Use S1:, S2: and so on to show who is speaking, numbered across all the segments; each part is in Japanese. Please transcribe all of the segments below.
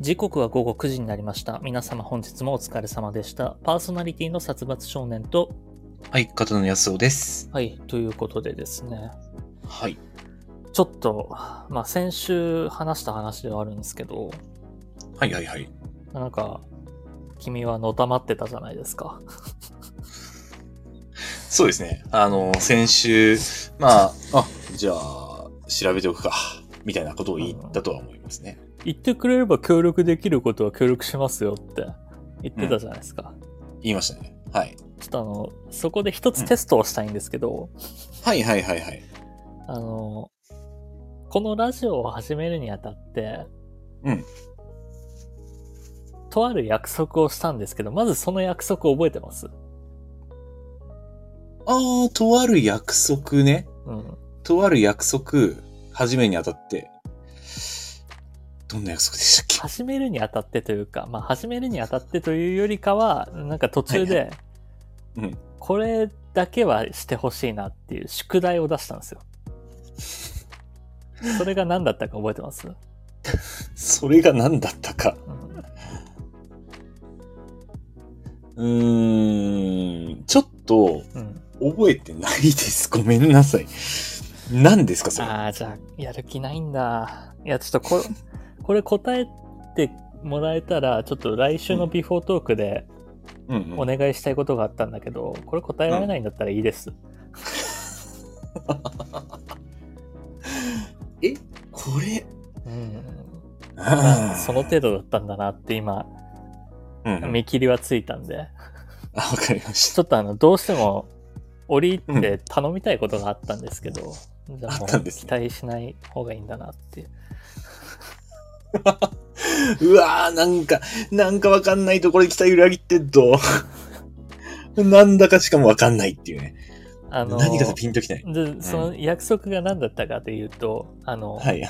S1: 時刻は午後9時になりました。皆様本日もお疲れ様でした。パーソナリティの殺伐少年と、
S2: はい、片野康夫です。
S1: はい、ということでですね、
S2: はい。
S1: ちょっと、まあ先週話した話ではあるんですけど、
S2: はいはいはい。
S1: なんか、君はのたまってたじゃないですか。
S2: そうですね。あの、先週、まあ、あ、じゃあ、調べておくか、みたいなことを言ったとは思いますね。
S1: 言ってくれれば協力できることは協力しますよって言ってたじゃないですか。
S2: 言いましたね。はい。
S1: ちょっとあの、そこで一つテストをしたいんですけど、
S2: はいはいはいはい。
S1: あの、このラジオを始めるにあたって、
S2: うん。
S1: とある約束をしたんですけど、まずその約束を覚えてます。
S2: あー、とある約束ね。
S1: うん。
S2: とある約束、始めにあたって、どんな約束でしたっけ
S1: 始めるにあたってというか、まあ始めるにあたってというよりかは、なんか途中で、
S2: はいうん
S1: これだけはしてほしいなっていう宿題を出したんですよ。それが何だったか覚えてます、うん
S2: それが何だったか。うーん、ちょっと、
S1: うん、
S2: 覚えてないです。ごめんなさい。何ですか、それ。
S1: ああ、じゃあ、やる気ないんだ。いや、ちょっとこ れ、これ答えてもらえたら、ちょっと来週のビフォートークで
S2: うんうん
S1: お願いしたいことがあったんだけど、これ答えられないんだったらいいです。
S2: これ、
S1: うん。
S2: あー
S1: その程度だったんだなって今、
S2: うんうん
S1: 見切りはついたんで、
S2: あ、わかりまし
S1: ち
S2: た。
S1: ょっとあの、どうしても折り入って頼みたいことがあったんですけど、じゃあも
S2: あったん
S1: う
S2: です
S1: 期
S2: ね
S1: 待しない方がいいんだなって。
S2: うわー、なんか、なんかわかんないところで期待裏切ってんと。 なんだかしかもわかんないっていうね。
S1: あの、
S2: 何かとピンときない。
S1: でその約束が何だったかというと、あの、
S2: はい。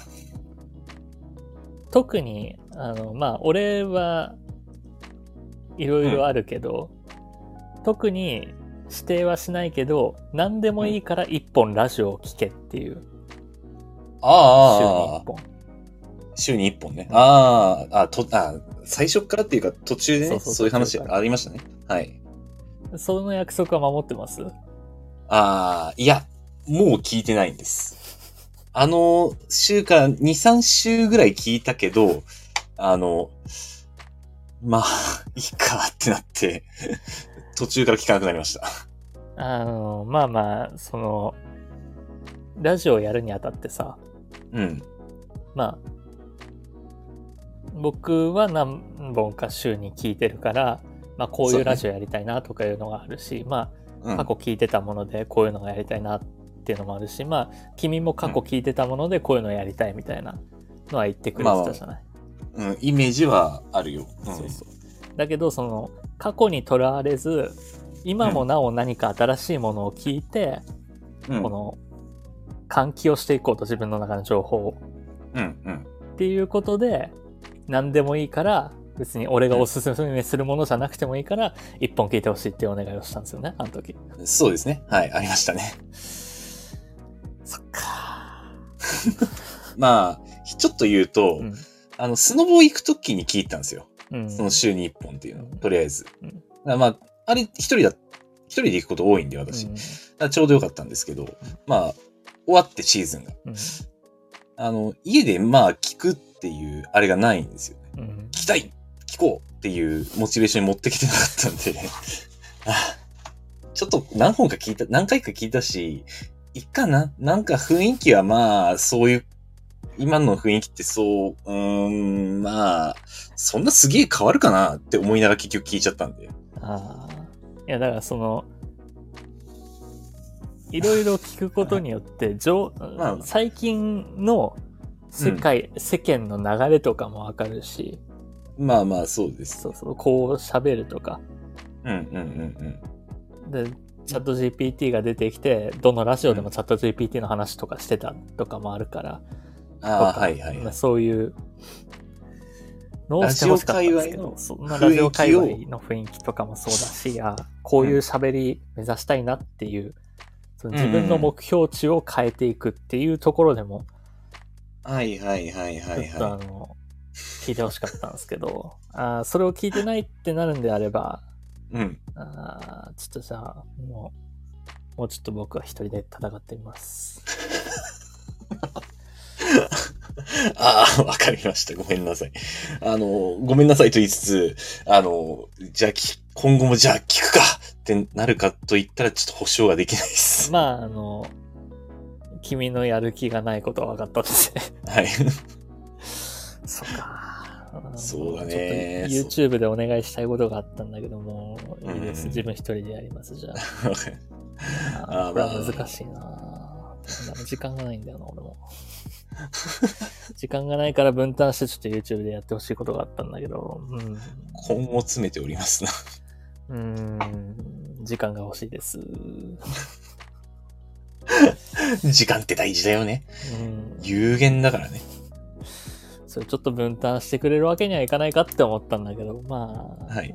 S1: 特にあのまあ俺はいろいろあるけど、特に指定はしないけど何でもいいから一本ラジオを聴けっていう、週に一
S2: ああ、
S1: 本
S2: 週に1本ね。あーあ、と、あー最初からっていうか途中で
S1: そう
S2: ね、
S1: そう
S2: そういう話
S1: 途中から
S2: ありましたね。はい。
S1: その約束は守ってます
S2: ああ、いや、もう聞いてないんです。あの、週から2、3週ぐらい聞いたけど、あの、まあ、いいかってなって、途中から聞かなくなりました。
S1: あのまあまあそのラジオをやるにあたってさ
S2: うん。
S1: まあ僕は何本か週に聞いてるから、まあ、こういうラジオやりたいなとかいうのがあるし、まあ
S2: うん
S1: 過去聞いてたものでこういうのがやりたいなっていうのもあるしまあ君も過去聞いてたものでこういうのやりたいみたいなのは言ってくれてたじゃない、
S2: うん、イメージはあるよ。うん
S1: そうそうだけどその過去にとらわれず今もなお何か新しいものを聞いて、
S2: うん
S1: この換気をしていこうと自分の中の情報を
S2: うん、うん。
S1: っていうことで何でもいいから別に俺がおすすめするものじゃなくてもいいから一本聞いてほしいっていうお願いをしたんですよねあの時
S2: そうですね。はい、ありまし たね。
S1: そっか
S2: まあ、ちょっと言うと、
S1: うん
S2: あの、スノボ行くときに聞いたんですよ。
S1: うん
S2: その週に1本っていうの、とりあえず。
S1: うん
S2: だからまあ、あれ、一人だ、一人で行くこと多いんで、私。
S1: うん
S2: だからちょうどよかったんですけど、まあ、終わってシーズンが。
S1: うん
S2: あの、家でまあ、聞くっていう、あれがないんですよね。
S1: うん
S2: 聞きたい聞こうっていうモチベーションに持ってきてなかったんで、 あちょっと何本か聞いた、何回か聞いたし、いっかななんか雰囲気はまあ、そういう、今の雰囲気ってそう、うーん、まあ、そんなすげえ変わるかなって思いながら結局聞いちゃったんで。
S1: ああ。いや、だからその、いろいろ聞くことによっ て、上
S2: まあ
S1: 最近の世界、世間の流れとかもわかるし、
S2: まあまあ、そうです。
S1: そうそう、こう喋るとか。
S2: うんうんうん
S1: で、チャット GPT が出てきて、どのラジオでもチャット GPT の話とかしてたとかもあるから、
S2: うん。ああ、
S1: とか
S2: はいはい
S1: まあ。そういう、のをしてほしかったんですけど、
S2: ラ
S1: そんなラジオ界隈の雰囲気とかもそうだし、あこういう喋り目指したいなっていう、その自分の目標値を変えていくっていうところでも、
S2: はいはいはいはい
S1: ちょっとあ
S2: は
S1: の、聞いてほしかったんですけど、あーそれを聞いてないってなるんであれば、
S2: うん。
S1: あーちょっとじゃあ、もう、もうちょっと僕は一人で戦ってみます。
S2: ああ、わかりました。ごめんなさい。あの、ごめんなさいと言いつつ、あの、じゃあき、今後もじゃあ聞くかってなるかと言ったらちょっと保証ができないです。
S1: まあ、あの、君のやる気がないことは分かったので。
S2: はい。
S1: そっか。ん
S2: そうだね
S1: ちょっと YouTube でお願いしたいことがあったんだけども、いいです。
S2: うん
S1: 自分一人でやります、 じゃ
S2: あ
S1: あ。これは難しいな。なんだ時間がないんだよな、俺も。 時間がないから分担してちょっと YouTube でやってほしいことがあったんだけど、うん。
S2: 今後詰めておりますな。
S1: うーん時間が欲しいです。
S2: 時間って大事だよね。
S1: うん、
S2: 有限だからね。
S1: それちょっと分担してくれるわけにはいかないかって思ったんだけど、まあ、
S2: はい。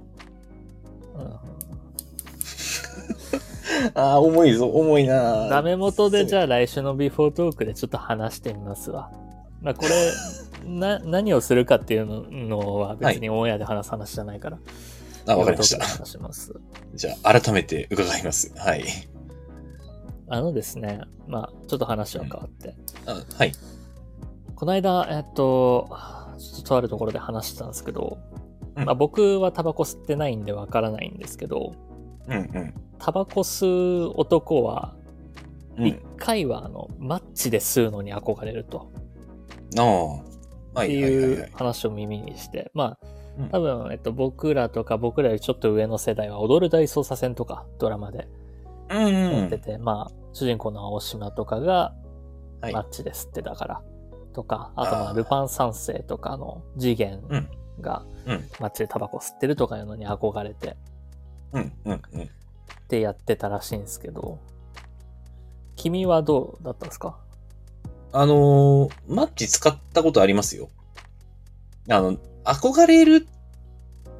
S1: うん
S2: ああ、重いぞ、重いな。
S1: ダメ元でじゃあ来週のビフォートークでちょっと話してみますわ。まあこれ、な、何をするかっていうのは別にオンエアで話す話じゃないから。
S2: あ、わかりまし
S1: ビ
S2: た
S1: フォー。トークで話します。
S2: じゃあ、改めて伺います。はい。
S1: あのですね、まあちょっと話は変わって。
S2: あはい。
S1: この間、えっと、ちょっととあるところで話してたんですけど、
S2: うん
S1: まあ、僕はタバコ吸ってないんでわからないんですけど、
S2: うんうん。
S1: タバコ吸う男は、
S2: うん
S1: 一回はあの、マッチで吸うのに憧れると、
S2: ああ。は
S1: って
S2: いはいはい
S1: い
S2: は
S1: う
S2: い。
S1: 話を耳にして、まあ
S2: うん、
S1: 多分、えっと、僕らとか僕らよりちょっと上の世代は踊る大捜査線とかドラマで
S2: うんう
S1: やって
S2: ん。
S1: て、まあ、主人公の青島とかが
S2: はい
S1: マッチで吸ってたから、とか、あとま
S2: あ
S1: あ、
S2: ー
S1: ルパン三世とかの次元
S2: うん
S1: が
S2: うん
S1: マッチでタバコ吸ってるとかいうのに憧れて、
S2: うんうんうん。
S1: ってやってたらしいんですけど、君はどうだったんですか
S2: あのーマッチ使ったことありますよ。あの、憧れる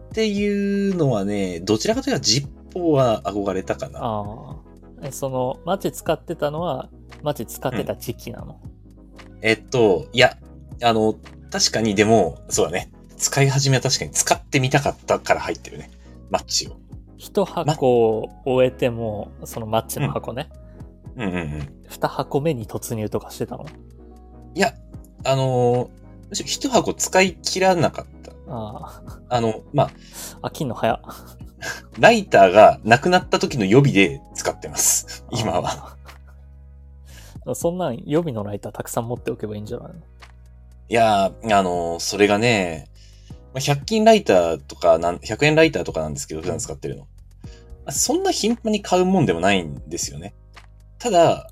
S2: っていうのはね、どちらかというとジッポーは憧れたかな。
S1: ああ。え、その、マッチ使ってたのは、マッチ使ってた時期なの。
S2: えっと、いや、あの、確かにでも、そうだね。使い始めは確かに使ってみたかったから入ってるね。マッチを。
S1: 一箱を終えても、そのマッチの箱ね、
S2: うんうんうん。
S1: 二箱目に突入とかしてたの
S2: いや、あのーむしろ一箱使い切らなかった。
S1: あ
S2: あの、まあ、
S1: あ。飽きんの早っ。
S2: ライターがなくなった時の予備で使ってます。今は。
S1: あ。そんなん予備のライターたくさん持っておけばいいんじゃないの
S2: いやー、あのーそれがね、まあ100均ライターとかなん、100円ライターとかなんですけど、普段使ってるの。まあそんな頻繁に買うもんでもないんですよね。ただ、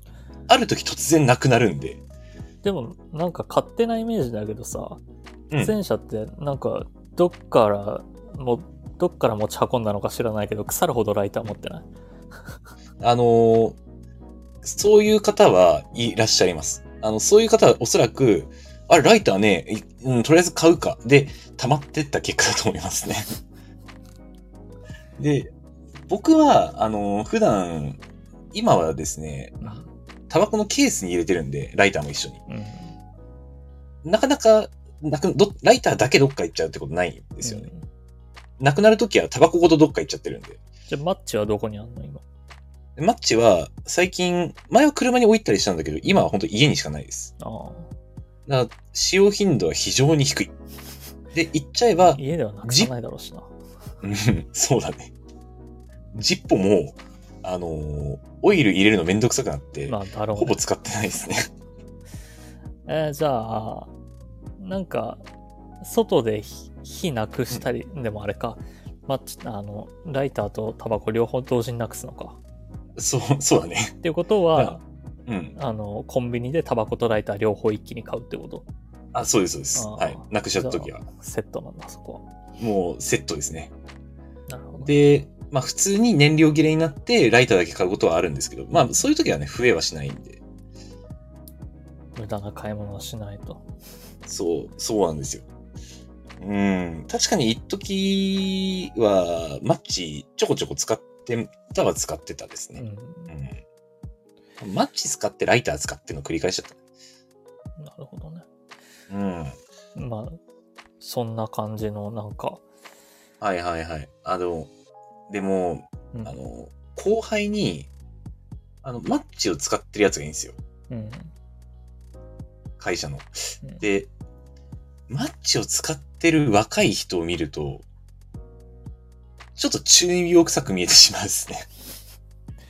S2: ある時突然なくなるんで。
S1: でも、なんか勝手なイメージだけどさ、
S2: うん
S1: 戦車ってなんかどっからもどっから持ち運んだのか知らないけど腐るほどライター持ってない
S2: あのーそういう方はいらっしゃいます。あの、そういう方はおそらく、あれ、ライターね、いうん、とりあえず買うか。で、溜まってった結果だと思いますね。で、僕は、あのー普段、今はですね、タバコのケースに入れてるんで、ライターも一緒に。
S1: うん
S2: なかなか、なく、ど、ライターだけどっか行っちゃうってことないんですよね。なくなるときはタバコごとどっか行っちゃってるんで。
S1: じゃあマッチはどこにあんの今
S2: でマッチは、最近、前は車に置いたりしたんだけど、今は本当家にしかないです。
S1: あ
S2: だから使用頻度は非常に低い。で、言っちゃえば
S1: あ、家ではなくさないだろうしな
S2: うんそうだね。ジッポも、あのーオイル入れるのめんどくさくなって、
S1: まあだろう
S2: ほ
S1: ね、
S2: ぼ使ってないですね。
S1: えーじゃあなんか外で火火なくしたり、でもあれかマッチあのライターとタバコ両方同時になくすのか
S2: そう、そうだね。
S1: っていうことは、
S2: うん。
S1: あのコンビニでタバコとライター両方一気に買うってこと
S2: あ、そうです、そうです。
S1: あー
S2: はい。なくしちゃった時は、
S1: セットなんだそこは
S2: もうセットですね。
S1: なるほど
S2: で、まあ普通に燃料切れになって、ライターだけ買うことはあるんですけど、まあそういう時はね、増えはしないんで。
S1: 無駄な買い物をしないと。
S2: そう、そうなんですよ。うん、確かに一時は、マッチちょこちょこ使ってたは使ってたです
S1: う
S2: ね。
S1: ん。
S2: うん。マッチ使ってライター使っての繰り返しだっ
S1: なるほどね。
S2: た。うん。
S1: まあ、そんな感じのなんか、
S2: はいはいはい。あの、でも、
S1: うん
S2: あの、後輩に、あの、マッチを使ってるやつがいいんですよ。
S1: うん
S2: 会社の。
S1: うん
S2: で、マッチを使ってる若い人を見ると、ちょっと注意病臭く見えてしまうんですね。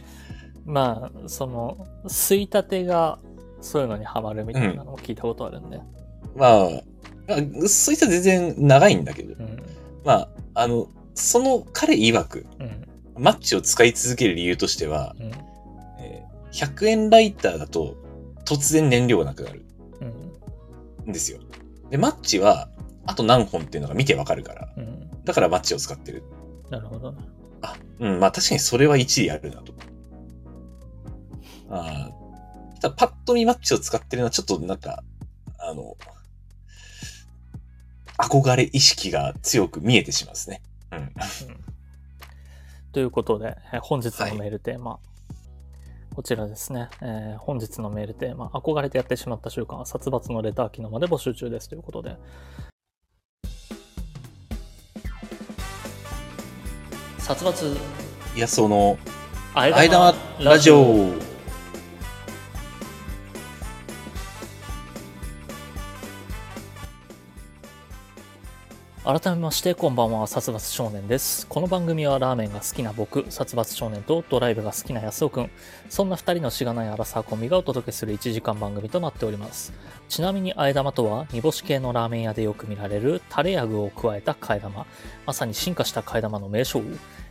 S1: まあその吸いたてがそういうのにハマるみたいなのも聞いたことあるんで、
S2: まあ、まあ、そういった全然長いんだけど、
S1: うん
S2: まあ、あの、その彼曰く、
S1: うん
S2: マッチを使い続ける理由としては、
S1: うん
S2: えー100円ライターだと突然燃料がなくなる
S1: うん
S2: んですよ。で、マッチは、あと何本っていうのが見てわかるから、
S1: うん
S2: だからマッチを使ってる。
S1: なるほどね
S2: あ、うん、まあ確かにそれは一理あるなと。あーただパッと見マッチを使ってるのはちょっとなんか、あの、憧れ意識が強く見えてしまうんですね。うん。
S1: ということで、えー本日
S2: は
S1: の
S2: い
S1: メールテーマ、こちらですね、えー本日のメールテーマ、憧れてやってしまった習慣、殺伐のレター機能まで募集中ですということで。殺伐、
S2: いや、その、
S1: あ
S2: あえ玉ラジオ。
S1: 改めましてこんばんは殺伐少年ですこの番組はラーメンが好きな僕殺伐少年とドライブが好きな安尾くんそんな2人のしがないアラサーコンビがお届けする1時間番組となっておりますちなみにあえ玉とは煮干し系のラーメン屋でよく見られるタレや具を加えた替え玉まさに進化した替え玉の名称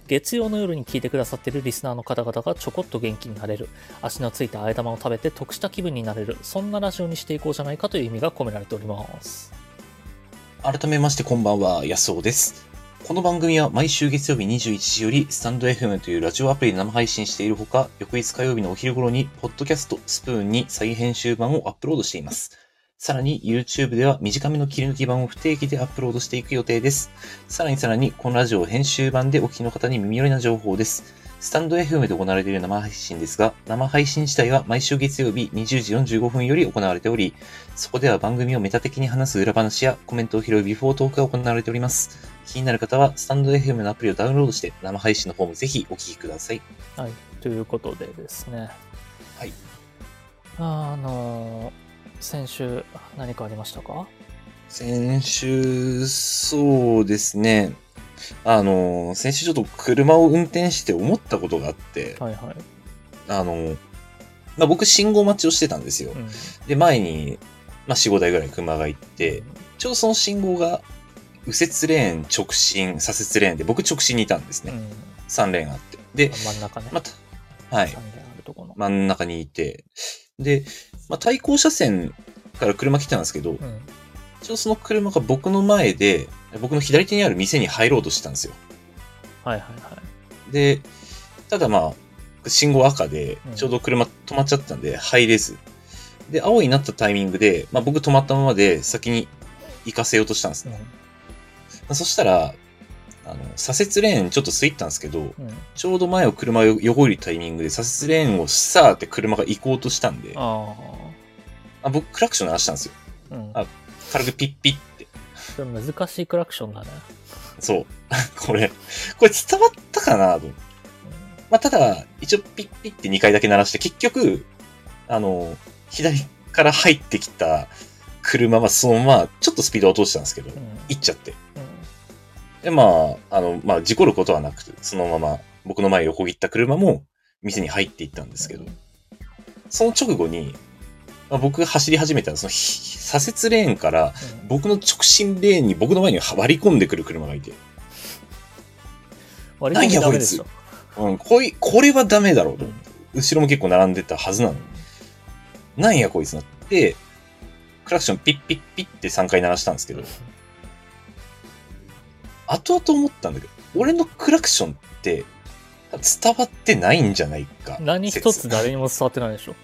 S1: 月曜の夜に聞いてくださっているリスナーの方々がちょこっと元気になれる足のついたあえ玉を食べて得した気分になれるそんなラジオにしていこうじゃないかという意味が込められております
S2: 改めましてこんばんは、安尾です。この番組は毎週月曜日21時よりスタンド FM というラジオアプリで生配信しているほか、翌日火曜日のお昼頃に、ポッドキャストスプーンに再編集版をアップロードしています。さらに YouTube では短めの切り抜き版を不定期でアップロードしていく予定です。さらにさらに、このラジオ編集版でお聞きの方に耳寄りな情報です。スタンド FM で行われている生配信ですが、生配信自体は毎週月曜日20時45分より行われており、そこでは番組をメタ的に話す裏話やコメントを拾うビフォートークが行われております。気になる方は、スタンド FM のアプリをダウンロードして、生配信の方もぜひお聞きください。
S1: はい、ということでですね、
S2: はい、
S1: あの先週何かありましたか
S2: 先週、そうですね。あの、先週ちょっと車を運転して思ったことがあって、
S1: はいはい、
S2: あの、まあ、僕信号待ちをしてたんですよ
S1: う。ん、
S2: で、前に、まあ、4、5台ぐらい車が行って、ちょうどその信号が、右折レーン、直進、左折レーンで、僕直進にいたんです
S1: うん、
S2: ね。3レーンあって。で、
S1: 真ん中ね、
S2: また、はい
S1: 三、軒あるとこの、
S2: 真ん中にいて、で、まあ、対向車線から車来たんですけど、
S1: うん、
S2: 一応その車が僕の前で、僕の左手にある店に入ろうとしてたんですよ。
S1: はいはいは
S2: で、ただまあ、信号赤で
S1: うん、
S2: ちょうど車止まっちゃったんで、入れず。で、青になったタイミングで、まあ僕止まったままで先に行かせようとしたんです
S1: い、
S2: ね。まあそしたら、あの、左折レーンちょっと過ぎたんですけど、
S1: うん、うん、
S2: ちょうど前を車を横りるタイミングで左折レーンをさーって車が行こうとしたんで、
S1: あ
S2: あ僕クラクション鳴らしたんですよ。
S1: あ、うん、
S2: あ軽くピッピッって。
S1: それ難しいクラクションだね、
S2: そう。 これ、これ伝わったかなと。まあ、ただ、一応ピッピッって2回だけ鳴らして、結局、あの、左から入ってきた車はそのまま、ちょっとスピードは落としたんですけど
S1: うん、う、ん、
S2: 行っちゃって。で、まあ、あの、まあ、事故ることはなくて、そのまま僕の前を横切った車も店に入っていったんですけど、その直後に、まあ、僕が走り始めたら、そのひ左折レーンから
S1: うん
S2: 僕の直進レーンに僕の前に割り込んでくる車がいて、
S1: 割り込みダメでしょ、
S2: うん、こいこれはダメだろう
S1: う
S2: と
S1: ん、
S2: 後ろも結構並んでたはずなのに。なんやこいつなって、クラクションピッピッピッって3回鳴らしたんですけど、後々思ったんだけど、俺のクラクションって伝わってないんじゃないか。
S1: 何一つ誰にも伝わってないでしょ、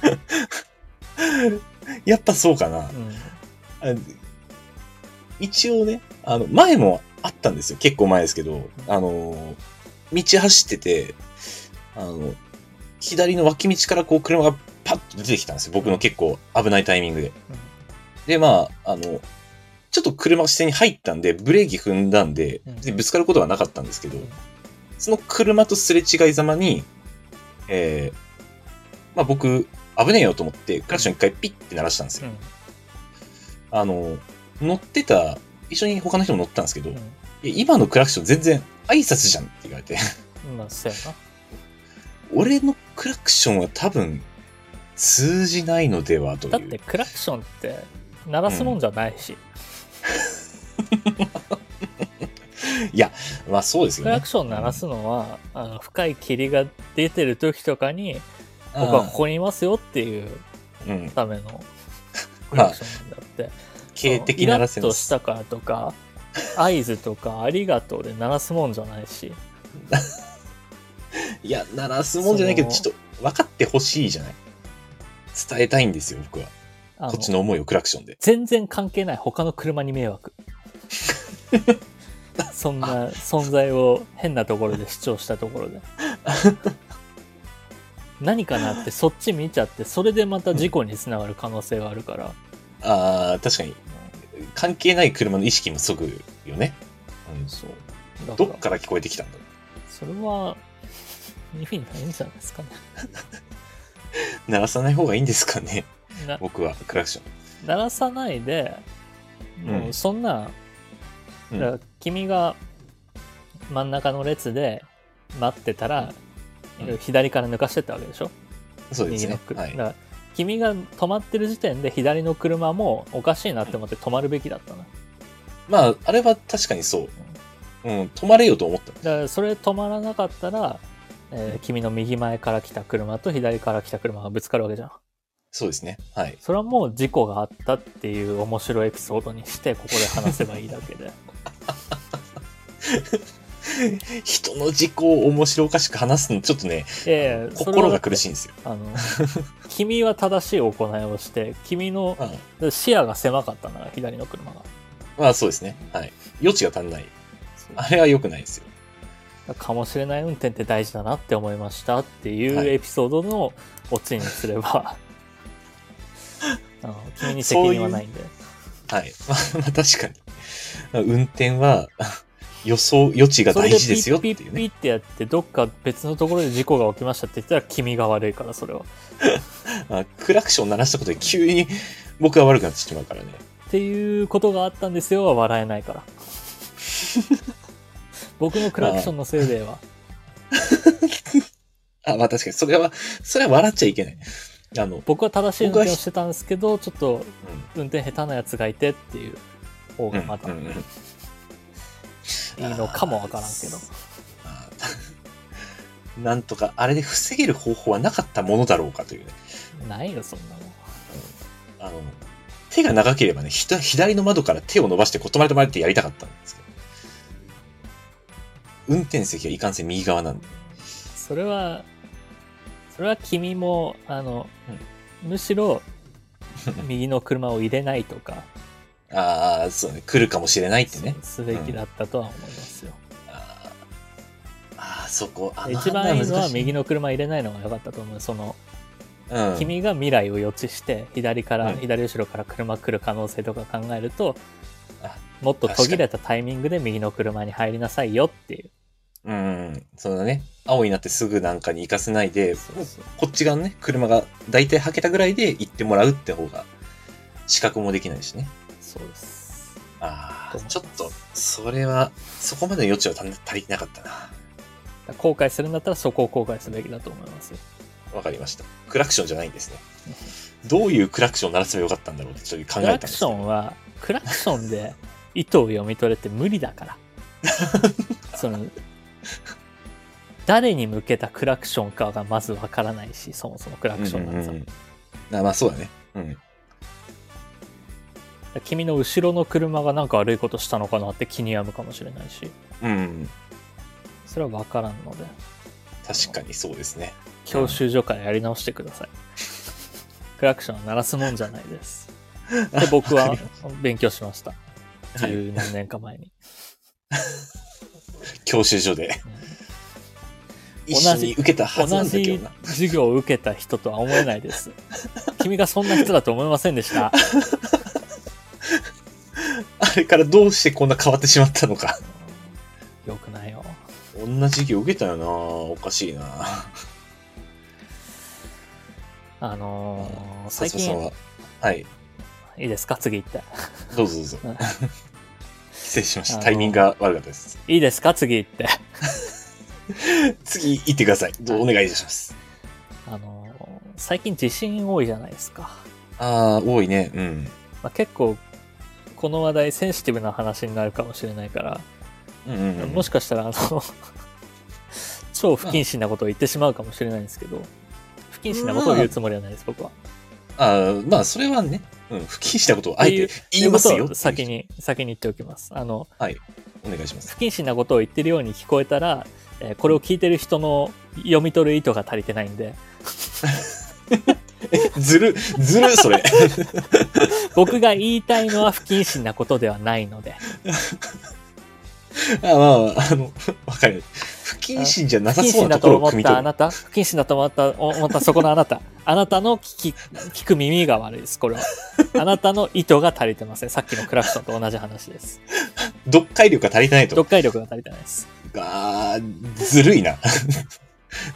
S2: 説やっぱそうかな
S1: う。ん、
S2: あ一応ね、あの、前もあったんですよ。結構前ですけど、あの、道走ってて、あの、左の脇道からこう車がパッと出てきたんですよ。僕の結構危ないタイミングで。で、まあ、あの、ちょっと車視線に入ったんで、ブレーキ踏んだんで、
S1: うん
S2: 別にぶつかることはなかったんですけど
S1: うん、
S2: その車とすれ違いざまに、えー、まあ僕、危ねえよと思って、クラクション一回ピッて鳴らしたんですよ。あの、乗ってた、一緒に他の人も乗ってたんですけど、
S1: うん
S2: いや今のクラクション全然挨拶じゃんって言われて、
S1: うんまあそうやな
S2: 俺のクラクションは多分通じないのではという。
S1: だってクラクションって鳴らすもんじゃないし、
S2: まあそうですよ
S1: ク
S2: ね。
S1: ラクション鳴らすのはあの深い霧が出てる時とかに
S2: あー
S1: 僕はここにいますよっていう
S2: うん。
S1: ためのクラクションなんだって、
S2: 警
S1: イ
S2: 的な
S1: ラ
S2: らせ
S1: ッ
S2: ま
S1: と
S2: す
S1: したからとか合図とかありがとうで鳴らすもんじゃないし
S2: いや、鳴らすもんじゃないけど、
S1: その
S2: ちょっと分かってほしいじゃない。伝えたいんですよ、僕は。
S1: あ
S2: こっちの思いをクラクションで。
S1: 全然関係ない他の車に迷惑 そんな存在を変なところで主張したところで何かなってそっち見ちゃってそれでまた事故につながる可能性があるから、
S2: ああ、確かに。関係ない車の意識もそぐよね。う。
S1: そうんだ
S2: ど
S1: か
S2: っ
S1: ら
S2: から聞こえてきたんだ
S1: それは意味ないんじゃないですかね
S2: 鳴らさない方がいいんですかね、
S1: な
S2: 僕は、クラクショ
S1: 鳴らさないでもうそんな、
S2: うん
S1: だから君が真ん中の列で待ってたら、
S2: うん
S1: 左から抜かしてったわけでしょ、
S2: ン。そうです
S1: 右の
S2: ね。
S1: 車、
S2: はい
S1: だ。から君が止まってる時点で左の車もおかしいなって思って止まるべきだったな
S2: まあ、あれは確かにそう。うん、止まれよと思った。
S1: だからそれ止まらなかったら、えー君の右前から来た車と左から来た車がぶつかるわけじゃん
S2: そうですね。はい。
S1: それはもう事故があったっていう面白いエピソードにしてここで話せばいいだけ で
S2: 人の事故を面白おかしく話すの、ちょっとね、
S1: いやいやそれは
S2: 心
S1: だ
S2: が
S1: って
S2: 苦しいんですよ。
S1: あの君は正しい行いをして君の
S2: うん
S1: 視野が狭かったなら左の車が
S2: まあ、そうですね。はい。余地が足んない。
S1: そう
S2: あれは良くないですよ。
S1: かもしれない運転って大事だなって思いましたってい
S2: は
S1: う
S2: い
S1: エピソードのオチにすれば、 あの君に責
S2: そういう
S1: 任はないんで
S2: はい。 まあ、まあ確かに。運転は、 予想、余地が大事ですよって
S1: そ
S2: い
S1: れ
S2: う
S1: でピッピッピッ
S2: ね。
S1: ってやってどっか別のところで事故が起きましたって言ったら君が悪いからそれは
S2: まあクラクション鳴らしたことで急に僕が悪くなってしまうからね。
S1: っていうことがあったんですよは笑えないから 僕のクラクションのせいでは
S2: あ、まあ確かに、それは、それは笑っちゃいけない。あの、
S1: 僕は正しい運転をしてたんですけどちょっと
S2: うん
S1: 運転下手なやつがいてっていう方がまた
S2: う
S1: い
S2: んうんうん
S1: いのかもわからんけど、
S2: あーなんとか、あれで防げる方法はなかったものだろうかというね。
S1: ないよそんなの
S2: あの、手が長ければね、ひた左の窓から手を伸ばして、こう止まれ止まれってやりたかったんですけど。運転席はいかんせん右側なんで。
S1: それはそれは君もあの、むし ろ右の車を入れないとか
S2: ああ、そうね、来るかもしれないってね。
S1: すべきだったとは思いますよ、
S2: あーあー、そこ、あ
S1: 一番いいのは右
S2: の
S1: の車入れないのが良かったと思うその、
S2: 判断難しい、うん、
S1: 君が未来を予知して左から、
S2: うん
S1: 左後ろから車来る可能性とか考えると
S2: あ
S1: もっと途切れたタイミングで右の車に入りなさいよっていう
S2: うん、そのね、青になってすぐなんかに行かせないで、
S1: そうそう
S2: こっち側のね、車が大体はけたぐらいで行ってもらうって方が、視覚もできないしね。
S1: そうです
S2: ああ、
S1: と思います
S2: ちょっと、それは、そこまでの余地は足り足りなかったな。
S1: 後悔するんだったらそこを後悔すべきだと思いますよ
S2: わかりました。クラクションじゃないんですね。どういうクラクション鳴らせばよかったんだろうってちょっと考
S1: ク
S2: えた
S1: ラ
S2: んで
S1: ク
S2: す
S1: シ
S2: け
S1: ョ
S2: ど
S1: ンはクラクションで意図を読み取れって無理だ からその誰に向けたクラクションかがまずわからないしそもそもクラクションなんてさ、
S2: うんうんうんあまあそうだね。うん。
S1: 君の後ろの車がなんか悪いことしたのかなって気に病むかもしれないし
S2: うん。
S1: それはわからんので
S2: 確かにそうですね。
S1: 教習所からやり直してくだ さい、クラクションは鳴らすもんじゃない ですで僕は勉強しました
S2: はい
S1: 十何年か前に、
S2: 教習所で。
S1: うん
S2: 一緒に受けたはずな
S1: 同
S2: んだけ
S1: じ
S2: どな。
S1: 授業 を受けた人とは思えないです。君がそんな人だと思いませんでした。
S2: あれからどうしてこんな変わってしまったのか。
S1: よくないよ。
S2: 同じ授業受けたよなおかしいな
S1: あのー、
S2: さ
S1: 最
S2: つまさん
S1: 近、
S2: は。はい。
S1: いいですか次行って。
S2: どうぞどうぞ
S1: うん。
S2: 失礼しまし
S1: あ
S2: た。
S1: の
S2: タイミングが悪かったです。
S1: いいですか次行って。
S2: 次行ってください。どうお願いいたします。
S1: あのー、最近地震多いじゃないですか。
S2: ああ、多いね。うん。
S1: まあ、結構、この話題センシティブな話になるかもしれないから、
S2: うんうんうん、
S1: もしかしたら、あの、 超不謹慎なことを言ってしまうかもしれないんですけど、不謹慎なことを言うつもりはないです、僕は。
S2: ああ、まあ、それはね、うん、不謹したことをあえて言います
S1: とう
S2: よ
S1: ことを。先。に、先に言っておきます。あの、
S2: お願いし ます。
S1: 不謹慎なことを言ってるように聞こえたら、えーこれを聞いてる人の読み取る意図が足りてないんで、
S2: ずる、ずる、 それ。
S1: 僕が言いたいのは不謹慎なことではないので、
S2: ああ、まあまあ、あの、わかる。不謹慎じゃな
S1: 不
S2: さ
S1: 謹
S2: そう
S1: 慎
S2: な
S1: だ
S2: とことろを
S1: 思っ
S2: 汲み
S1: た
S2: 取
S1: あ
S2: る。
S1: なた、不謹慎だと思った、お思ったそこのあなた、あなたの聞き、聞く耳が悪いです、これは。あなたの意図が足りてません。さっきのクラクションと同じ話 です。
S2: 読解力が足りてないと
S1: 読。解力が足りてないです。
S2: ああ、ずるいな。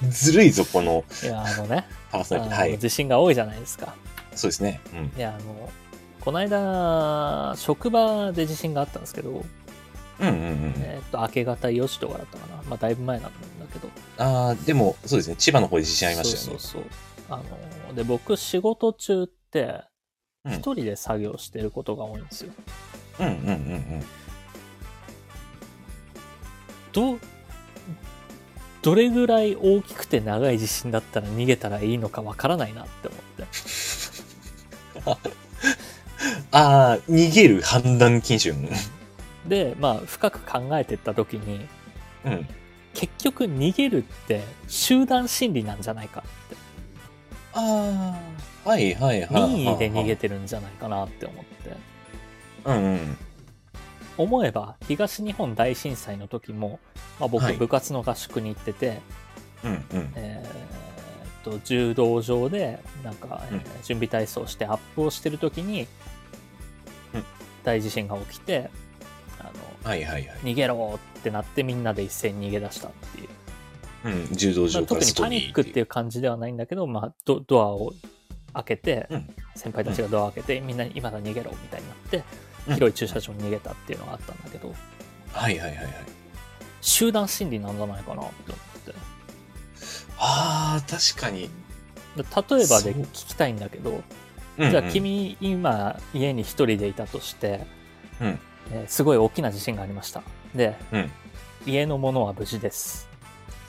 S2: ずるいぞ、この
S1: いや、あのね、
S2: パーソ
S1: あ
S2: ナリティ。は
S1: の
S2: い。
S1: 地震が多いじゃないですか。
S2: そうですね。うん。
S1: いや、あの、この間、職場で地震があったんですけど、
S2: うんうんうん。
S1: えーっと、明け方4時とかだったかな。まあ、だいぶ前なんだけど。
S2: ああ、でも、そうですね。千葉の方で地震ありましたよね。
S1: そうそうそう。あの、で、僕、仕事中って、
S2: うん
S1: 一人で作業してることが多いんですよ。
S2: うんうんうんうん。
S1: ど、どれぐらい大きくて長い地震だったら逃げたらいいのかわからないなって思って。
S2: ああ、逃げる判断基準。
S1: で、まあ、深く考えてった時に、
S2: うん。
S1: 結局逃げるって集団心理なんじゃないかって。
S2: ああ、はいはいはい。
S1: 任意で逃げてるんじゃないかなって思って。
S2: うんうん。
S1: 思えば、東日本大震災の時も、まあ、
S2: は
S1: 僕
S2: い
S1: 部活の合宿に行ってて、
S2: うんうん。
S1: えーっと柔道場でなんか、えー
S2: うん
S1: 準備体操してアップをしてる時に、
S2: うん
S1: 大地震が起きてあの
S2: はいはいはい。
S1: 逃げろってなってみんなで一斉に逃げ出したっていう、
S2: うん、柔道
S1: まあ
S2: 場から
S1: 特に
S2: 外
S1: パ
S2: に
S1: ニックっていう感じではないんだけど、まあ、ドドアを開けて、
S2: うん
S1: 先輩たちがドアを開けてみんなに今だ逃げろみたいになって、
S2: うん
S1: 広い駐車場に逃げたっていうのがあったんだけど
S2: はいはいはいはい。
S1: 集団心理なんじゃないかなって思って。
S2: ああ、確かに。
S1: で例えばで
S2: そう
S1: 聞きたいんだけど、
S2: うんうん
S1: じゃあ、君今家に一人でいたとして、
S2: うん
S1: えーすごい大きな地震がありましたで、
S2: うん
S1: 家のものは無事です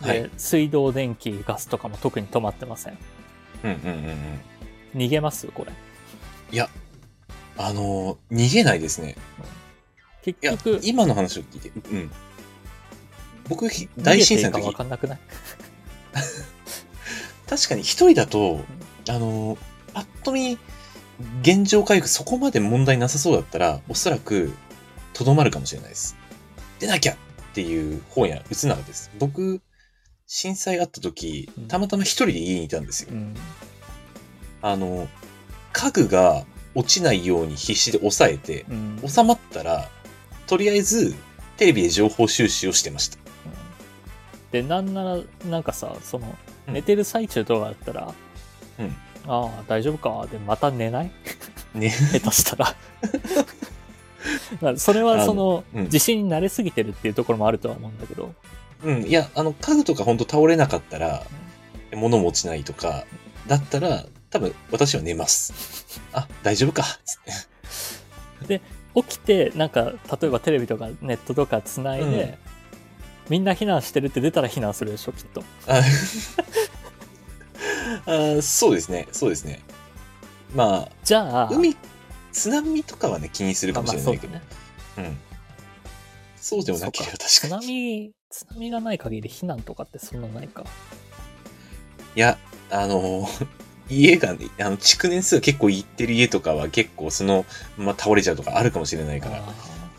S1: で、
S2: はい
S1: 水道電気ガスとかも特に止まってません
S2: うんうんうんうん。
S1: 逃げますこれ
S2: あのー、逃げないですね。いや
S1: 結局、
S2: 今の話を聞いて、うん。僕、ひ
S1: 逃げていい
S2: 大震災の
S1: か分
S2: 時、
S1: かんなくない
S2: 確かに一人だと、あのー、ぱっと見、現状回復そこまで問題なさそうだったら、おそらく、とどまるかもしれないです。出なきゃっていう方には移らなかったです。僕、震災があった時
S1: うん、
S2: たまたま一人で家にいたんですよ
S1: う。ん
S2: あの、家具が落ちないように必死で押さえて、
S1: うんうん
S2: 収まったら、とりあえず、テレビで情報収集をしてました。
S1: でなんならなんかさその
S2: うん
S1: 寝てる最中とかだったら、
S2: うん
S1: ああ大丈夫かでまた寝ない
S2: ね。
S1: 下手したらまあそれはその
S2: あのうん
S1: 地震に慣れすぎてるっていうところもあるとは思うんだけど、
S2: うん。いや、あの、家具とか本当倒れなかったら、物も落ちないとか、だったら、多分、私は寝ます。あ、大丈夫か。つって
S1: 起きてなんか例えばテレビとかネットとかつないで、
S2: うん
S1: みんな避難してるって出たら避難するでしょきっと
S2: あ あそうですね。そうですね。ま
S1: じゃあ
S2: あ、海、津波とかはね、気にする
S1: ま
S2: か
S1: あ
S2: も
S1: ま
S2: し
S1: あ
S2: れな
S1: そうだ
S2: いけど。
S1: ね
S2: うん。そうでもなければ確か
S1: 津波
S2: に。
S1: 津波がない限り避難とかってそんなないか
S2: いや、あの ー家がね、あの、築年数が結構いってる家とかは結構その、まあ、倒れちゃうとかあるかもしれないから、
S1: あ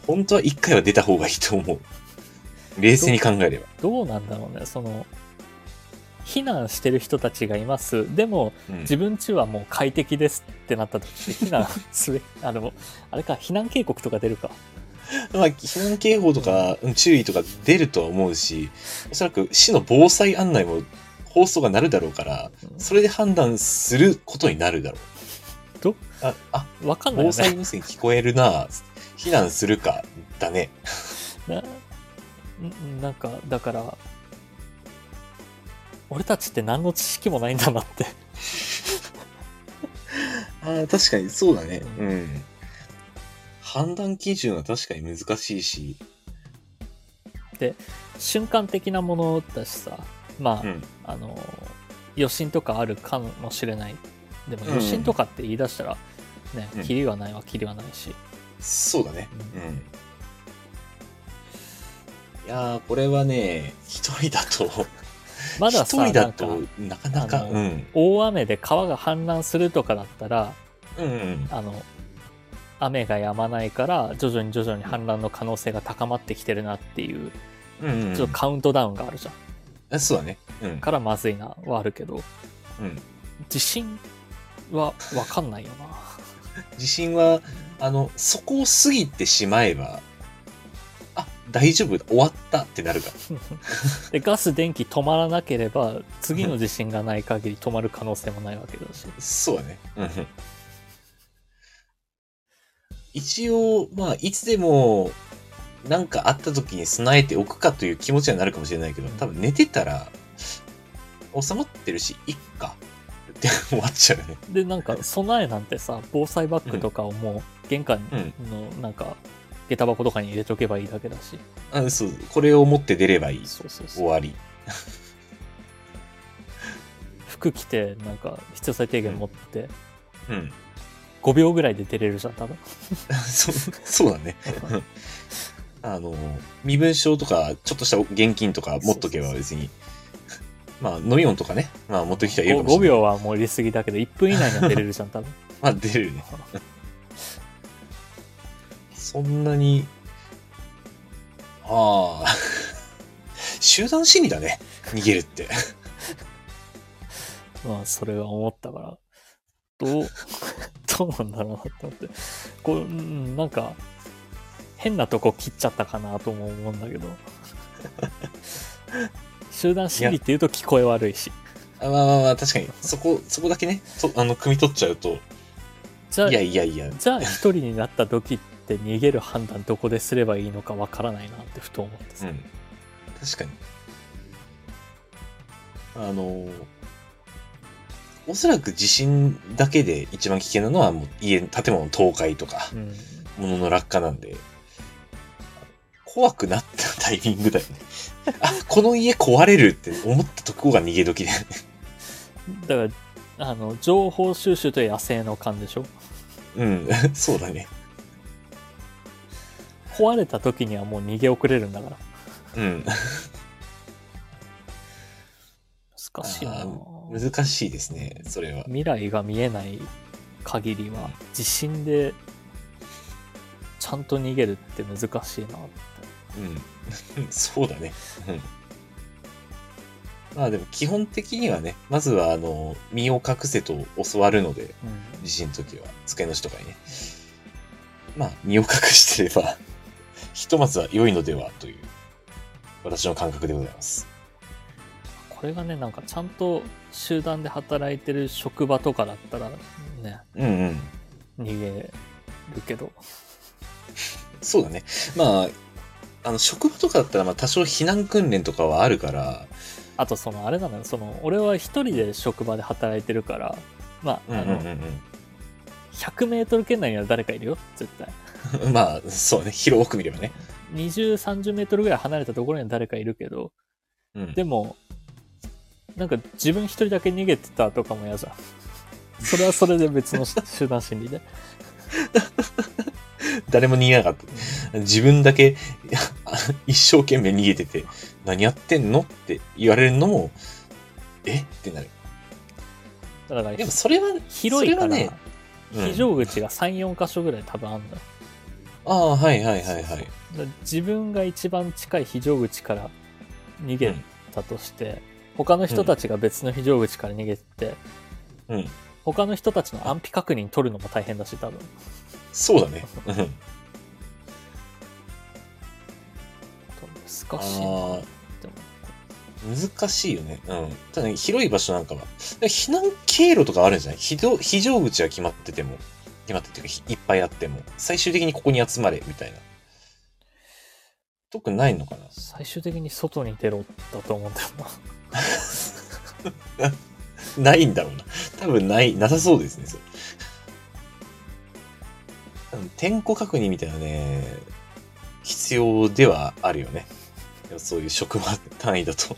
S2: 本当は一回は出た方がいいと思う。冷静に考えれば。
S1: ーどうなんだろうねその避難してる人たちがいますでも
S2: うん
S1: 自分家はもう快適ですってなった時避難すべあのあれか避難警告とか出るか
S2: まあ、避難警報とか、うん注意とか出るとは思うし、おそらく市の防災案内も放送がなるだろうから、それで判断することになるだろう。
S1: ど
S2: あ、あ、
S1: わかんない
S2: 防
S1: よ
S2: 災
S1: ね。
S2: 無線聞こえるな、避難するか、だね。
S1: なうんなんか、だから、俺たちって何の知識もないんだなって。
S2: ああ、確かにそうだね
S1: う
S2: うん。判断基準は確かに難しいし、
S1: 瞬間的なものだしさ、まあ、
S2: うん。
S1: あの余震とかあるかもしれないでも
S2: うん
S1: 余震とかって言い出したらね
S2: うん
S1: キリはないはキリはないし、
S2: そうだね。うん。いやー、これはね、一人だと、
S1: まだ
S2: 一
S1: さ
S2: 人だと
S1: なんか、
S2: なかな
S1: あ
S2: か、
S1: の
S2: うん。
S1: 大雨で川が氾濫するとかだったら
S2: うんうん。
S1: あの雨が止まないから徐々に徐々に氾濫の可能性が高まってきてるなっていう
S2: うんうん
S1: ちょっとカウントダウンがあるじゃん、
S2: あそうだね。うん。
S1: からまずいなはあるけど
S2: うん。
S1: 地震は分かんないよな
S2: 地震は、あの、そこを過ぎてしまえば、あ、大丈夫だ、終わったってなるから。
S1: でガス電気止まらなければ次の地震がない限り止まる可能性もないわけだ し
S2: そうだね。うん。一応、まあ、いつでも、なんかあった時に備えておくかという気持ちにはなるかもしれないけど、多分寝てたら、収まってるし、いっか。って終わっちゃうよね。
S1: でなんか備えなんてさ防災バッグとかをもう玄関
S2: うん
S1: のなんか下駄箱とかに入れとけばいいだけだし
S2: あ。そう、これを持って出ればいい。
S1: そうそう
S2: 終
S1: そう
S2: わり。
S1: 服着てなんか必要最低限持って
S2: うん。
S1: 5秒ぐらいで出れるじゃん多分
S2: そ そうだね。あの、身分証とか、ちょっとした現金とか持っとけば別に。まあ、飲み物とかね。まあ、持ってきたらいいかもしれない。
S1: 5秒はもう入れすぎだけど1分以内には出れるじゃん 多分
S2: まあ、出るね。そんなに、ああ、 集団心理だね。逃げるって。
S1: まあそれは思ったからどう どうなんだろうなと思ってこううんなんか変なとこ切っちゃったかなとも思うんだけ ど集団心理っていうと聞こえ悪いし
S2: あまあまあまあ、確かに。そこ、そこだけね、とあの、汲み取っちゃうと、
S1: じゃあ
S2: いやいやいや、
S1: じゃあ一人になった時って逃げる判断どこですればいいのかわからないなってふと思って
S2: う
S1: さ、
S2: ん。確かに。あの、おそらく地震だけで一番危険なのは、もう家、建物の倒壊とか、
S1: うん
S2: 物の落下なんで、怖くなった タイミングだよね。あ、この家壊れるって思ったとこが逃げ時だよね。
S1: だからあの情報収集と野生の勘でしょ
S2: うん、 そうだね。
S1: 壊れた時にはもう逃げ遅れるんだから
S2: うん。
S1: 難しいな
S2: あ難しいですね、それは。
S1: 未来が見えない限りは地震でちゃんと逃げるって難しいな
S2: うん。 そうだね。うん。まあでも基本的にはね、まずはあの、身を隠せと教わるので、
S1: うん
S2: 地震の時は、机の下とかにね。まあ、身を隠してれば、 ひとまずは良いのではという、私の感覚でございます。
S1: これがねなんかちゃんと集団で働いてる職場とかだったらね
S2: うんうん。
S1: 逃げるけど
S2: そうだね。まあ、あの、職場とかだったら、まあ、多少避難訓練とかはあるから、
S1: あとそのあれなのよその俺は一人で職場で働いてるからまああの、100m 圏内には誰かいるよ絶対
S2: うん。 まあ、そうね。広く見ればね。
S1: 2030m ぐらい離れたところには誰かいるけど
S2: うん。
S1: でもなんか自分一人だけ逃げてたとかも嫌じゃんそれはそれで別 の集団心理で
S2: 誰も逃げなかった。自分だけ、 いやあ一生懸命逃げてて、何やってんのって言われるのも、えってなる。
S1: だから
S2: でも、それは、
S1: 広いから、
S2: それはねうん
S1: 非常口が34箇所ぐらい多分あるんだよ
S2: ああ、はいはいはいはい。
S1: だから自分が一番近い非常口から逃げたとして、他の人たちが別の非常口から逃げてて、
S2: うん。
S1: 他の人たちの安否確認取るのも大変だし多分
S2: そうだね。うん
S1: 難しいなって思っ
S2: 難しいよね。うん。ただ、ね、広い場所なんかは。で避難経路とかあるんじゃない非常非常口は決まってても、決まってっていうか、ひいっぱいあっても、最終的にここに集まれ、みたいな。特にないのかな
S1: 最終的に外に出ろだと思うんだよな
S2: ないんだろうな。多分ない、なさそうですね、それ。多分点呼確認みたいなね、必要ではあるよね。そういう職場単位だと。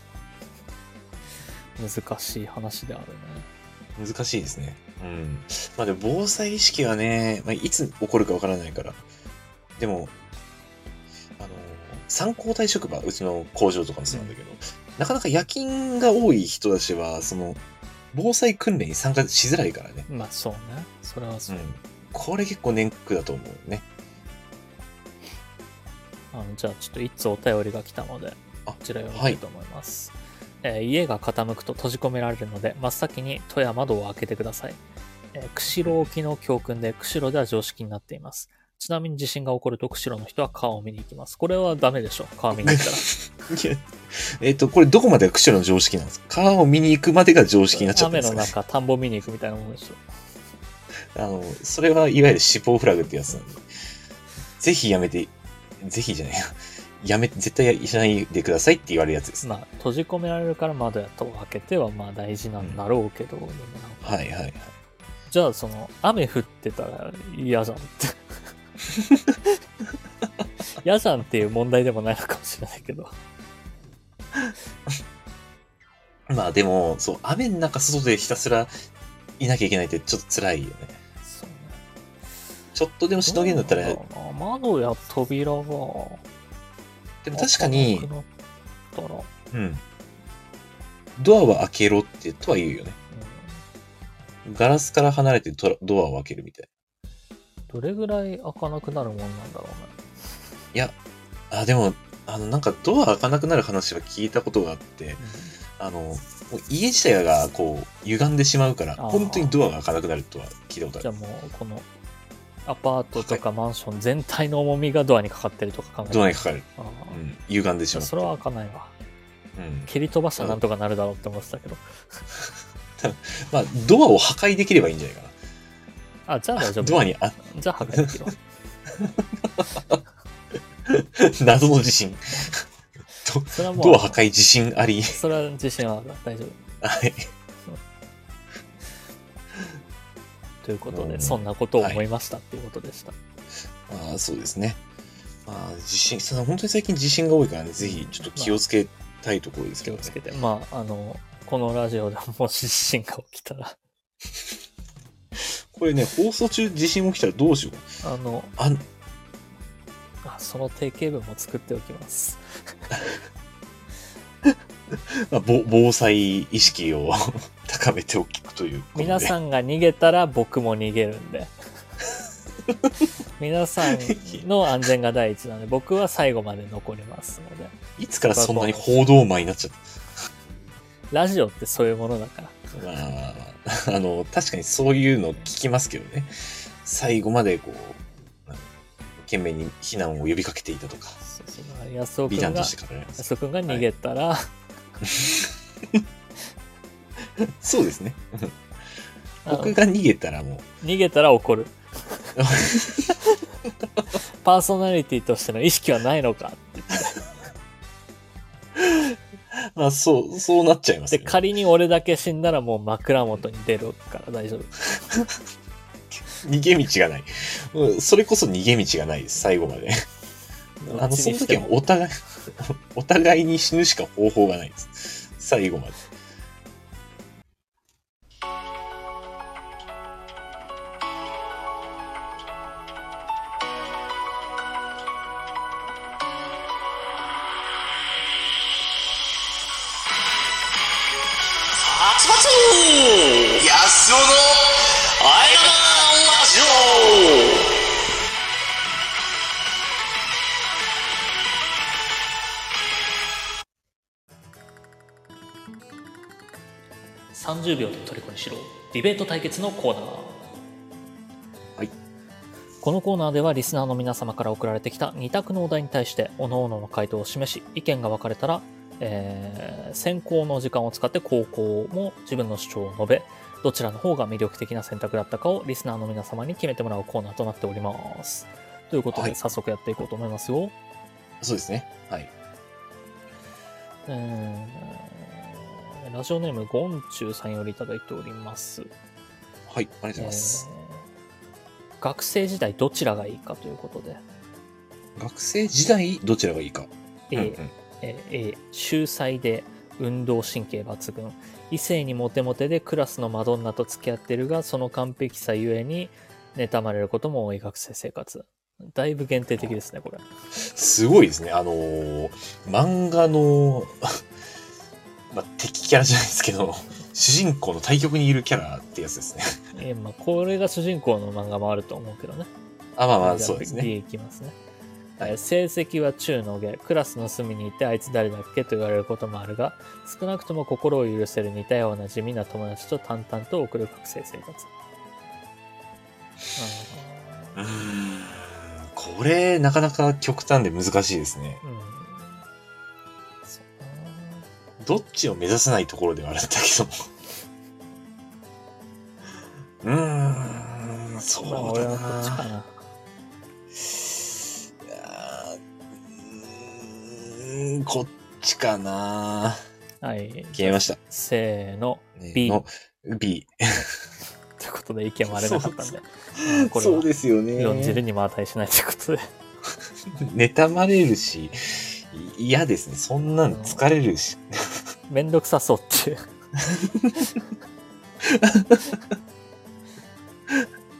S1: 難しい話であるね
S2: 難しいですね。うん。まあでも防災意識はね、まあ、いつ起こるかわからないから。でも、あの、参考対職場、うちの工場とかもそうなんだけど、なかなか夜勤が多い人たちは、その、防災訓練に参加しづらいからね。
S1: まあそうねそれはそうう、
S2: ん。これ結構ネックだと思うね。
S1: あのじゃあちょっと一つお便りが来たので
S2: あ
S1: こちら読みたいと思います、えー家が傾くと閉じ込められるので真っ先に戸や窓を開けてください、えー釧路沖の教訓で釧路では常識になっていますちなみに地震が起こると釧路の人は川を見に行きますこれはダメでしょ川見に行 ったら
S2: いやえっと、これどこまでが釧路の常識なんですか川を見に行くまでが常識になっちゃったん
S1: 雨
S2: です
S1: の
S2: か、ね、
S1: 中田んぼ見に行くみたいなもんでしょ
S2: あの、それはいわゆる死亡フラグってやつなんで、ぜひやめて、ぜひじゃないや、やめ、絶対やしないでくださいって言われるやつです。
S1: まあ閉じ込められるから窓や戸を開けてはまあ大事なんだろうけど、でもなんか
S2: はいはいはい。
S1: じゃあその雨降ってたら嫌じ ゃんって嫌じゃんっていう問題でもないのかもしれないけど
S2: まあでも、そう、雨の中外でひたすらいなきゃいけないってちょっと辛いよね。
S1: そうね
S2: ちょっとでもしのげるんだったら、
S1: どうだろうな窓や扉は
S2: でも確かに
S1: 開、かなくなったら、うん
S2: うん。ドアは開けろってとは言うよね。ガラスから離れてドラドアを開けるみたい
S1: どれぐらい開かなくなるもんなんだろうね
S2: な。いや、あ、でも、あの、なんかドア開かなくなる話は聞いたことがあって、あの、もう家自体がこう、歪んでしまうから、
S1: あー
S2: 本当にドアが開かなくなるとは聞いたことあ
S1: じゃ
S2: る
S1: あ。もうこのアパートとかマンション全体の重みがドアにかかってるとか考えた
S2: ドア
S1: ら
S2: にかかる。
S1: ああ
S2: うん。歪んでしまう。
S1: それは開かないわ
S2: うん。
S1: 蹴り飛ばしたらなんとかなるだろうって思ってたけど
S2: まあ、ドアを破壊できればいいんじゃないか
S1: あじゃあ大丈夫
S2: な。ドアにあ、
S1: じゃあ破壊できるわ
S2: 謎の地震。
S1: それはもう
S2: ドア破壊地震あ り。
S1: それは自信はある大丈夫
S2: はい。
S1: ということで、
S2: うん
S1: そんなことを思いましたっていうことでした、
S2: ああ、そうですね。まあ、地震、その本当に最近地震が多いからね、ぜひちょっと気をつけたいところです
S1: 気
S2: けど
S1: を
S2: ね。
S1: つけてまああのこのラジオでもし地震が起きたら
S2: これね、放送中地震起きたらどうしよう。
S1: あの
S2: あん、
S1: あその定型文も作っておきます
S2: まあ、ぼ防災意識を 高めておくということで。
S1: 皆さんが逃げたら僕も逃げるんで皆さんの安全が第一なので僕は最後まで残りますので
S2: いつからそんなに報道魔になっちゃった
S1: ラジオってそういうものだから
S2: まあ、 あの、確かにそういうの聞きますけどね。最後までこう、なんか懸命に避難を呼びかけていたとか、
S1: そうそうだから安尾
S2: 美
S1: 君
S2: 談と
S1: が
S2: して語られます。
S1: 安尾君が逃げたら、
S2: そうですね。
S1: あの
S2: 僕が逃げたらも
S1: 逃げたら怒るパーソナリティとしての意識はないのかって
S2: う、まあそう、そうなっちゃいます
S1: で
S2: よ、ね。
S1: 仮に俺だけ死んだらもう枕元に出るから大丈夫
S2: 逃げ道がない。うんそれこそ逃げ道がないです、最後まで。あの、
S1: どっち
S2: その
S1: にし
S2: 時
S1: て
S2: は
S1: も
S2: お互い、お互いに死ぬしか方法がないです。最後まで。
S3: 集まっちゃおう安尾のアイララジオ
S1: 30秒で虜にしろディベート対決のコーナー
S2: はい
S1: このコーナーではリスナーの皆様から送られてきた2択のお題に対して各々の回答を示し意見が分かれたら、えー選考の時間を使って高校も自分の主張を述べどちらの方が魅力的な選択だったかをリスナーの皆様に決めてもらうコーナーとなっておりますということ
S2: は
S1: で
S2: い
S1: 早速やっていこうと思いますよ、
S2: そうですね。はい。
S1: えーラジオネームゴンチュウさんよりいただいております
S2: はい。ありがとうございます。
S1: えー学生時代どちらがいいかということで、
S2: 学生時代、どちらがいいか。
S1: A
S2: うんうん
S1: えー A 秀才で運動神経抜群異性にモテモテでクラスのマドンナと付き合ってるがその完璧さゆえに妬まれることも多い学生生活だいぶ限定的ですねこれ
S2: すごいですね。あのー漫画の、 まあ、敵キャラじゃないですけど、主人公の対極にいるキャラってやつです ね。
S1: えーまあ、これが主人公の漫画もあると思うけどね
S2: あ、まあまあ、
S1: じゃ
S2: そうですね
S1: B。いきますね、
S2: はい
S1: えー成績は中の下クラスの隅にいてあいつ誰だっけと言われることもあるが少なくとも心を許せる似たような地味な友達と淡々と送る学生生活
S2: うーんこれ、なかなか極端で難しいですね。
S1: うんうんそう
S2: どっちを目指せないところではあるんだ けども。うーん、そう
S1: まあ
S2: だ
S1: 俺はこっちか
S2: な。
S1: な
S2: あーうーんこっちかな。
S1: はい
S2: 決めました。
S1: せーの
S2: ね
S1: B
S2: の B。
S1: ということで意見割れな かったんでうんこれ
S2: そう
S1: は
S2: ですよね。
S1: 論じるにも値しないということで
S2: 妬まれるし、い嫌ですね。そんなの疲れるし。
S1: めんどくさそうっていう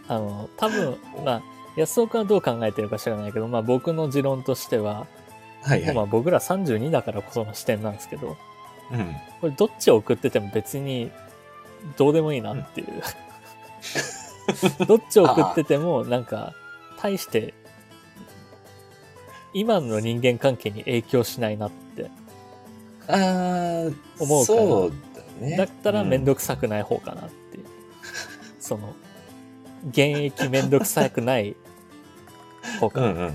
S1: あの多分まあ安岡はどう考えてるか知らないけど、まあ、僕の持論としては、
S2: はいはい。
S1: まあ、僕ら32だからこその視点なんですけど
S2: うん。
S1: これどっちを送ってても別にどうでもいいなっていう、どっちを送っててもなんか大して今の人間関係に影響しないなって
S2: ああ、
S1: 思うから
S2: そうだね。
S1: だったら面
S2: ど
S1: 倒くさくない方かなっていう、その現役面倒くさくない方か
S2: う
S1: な、
S2: んうん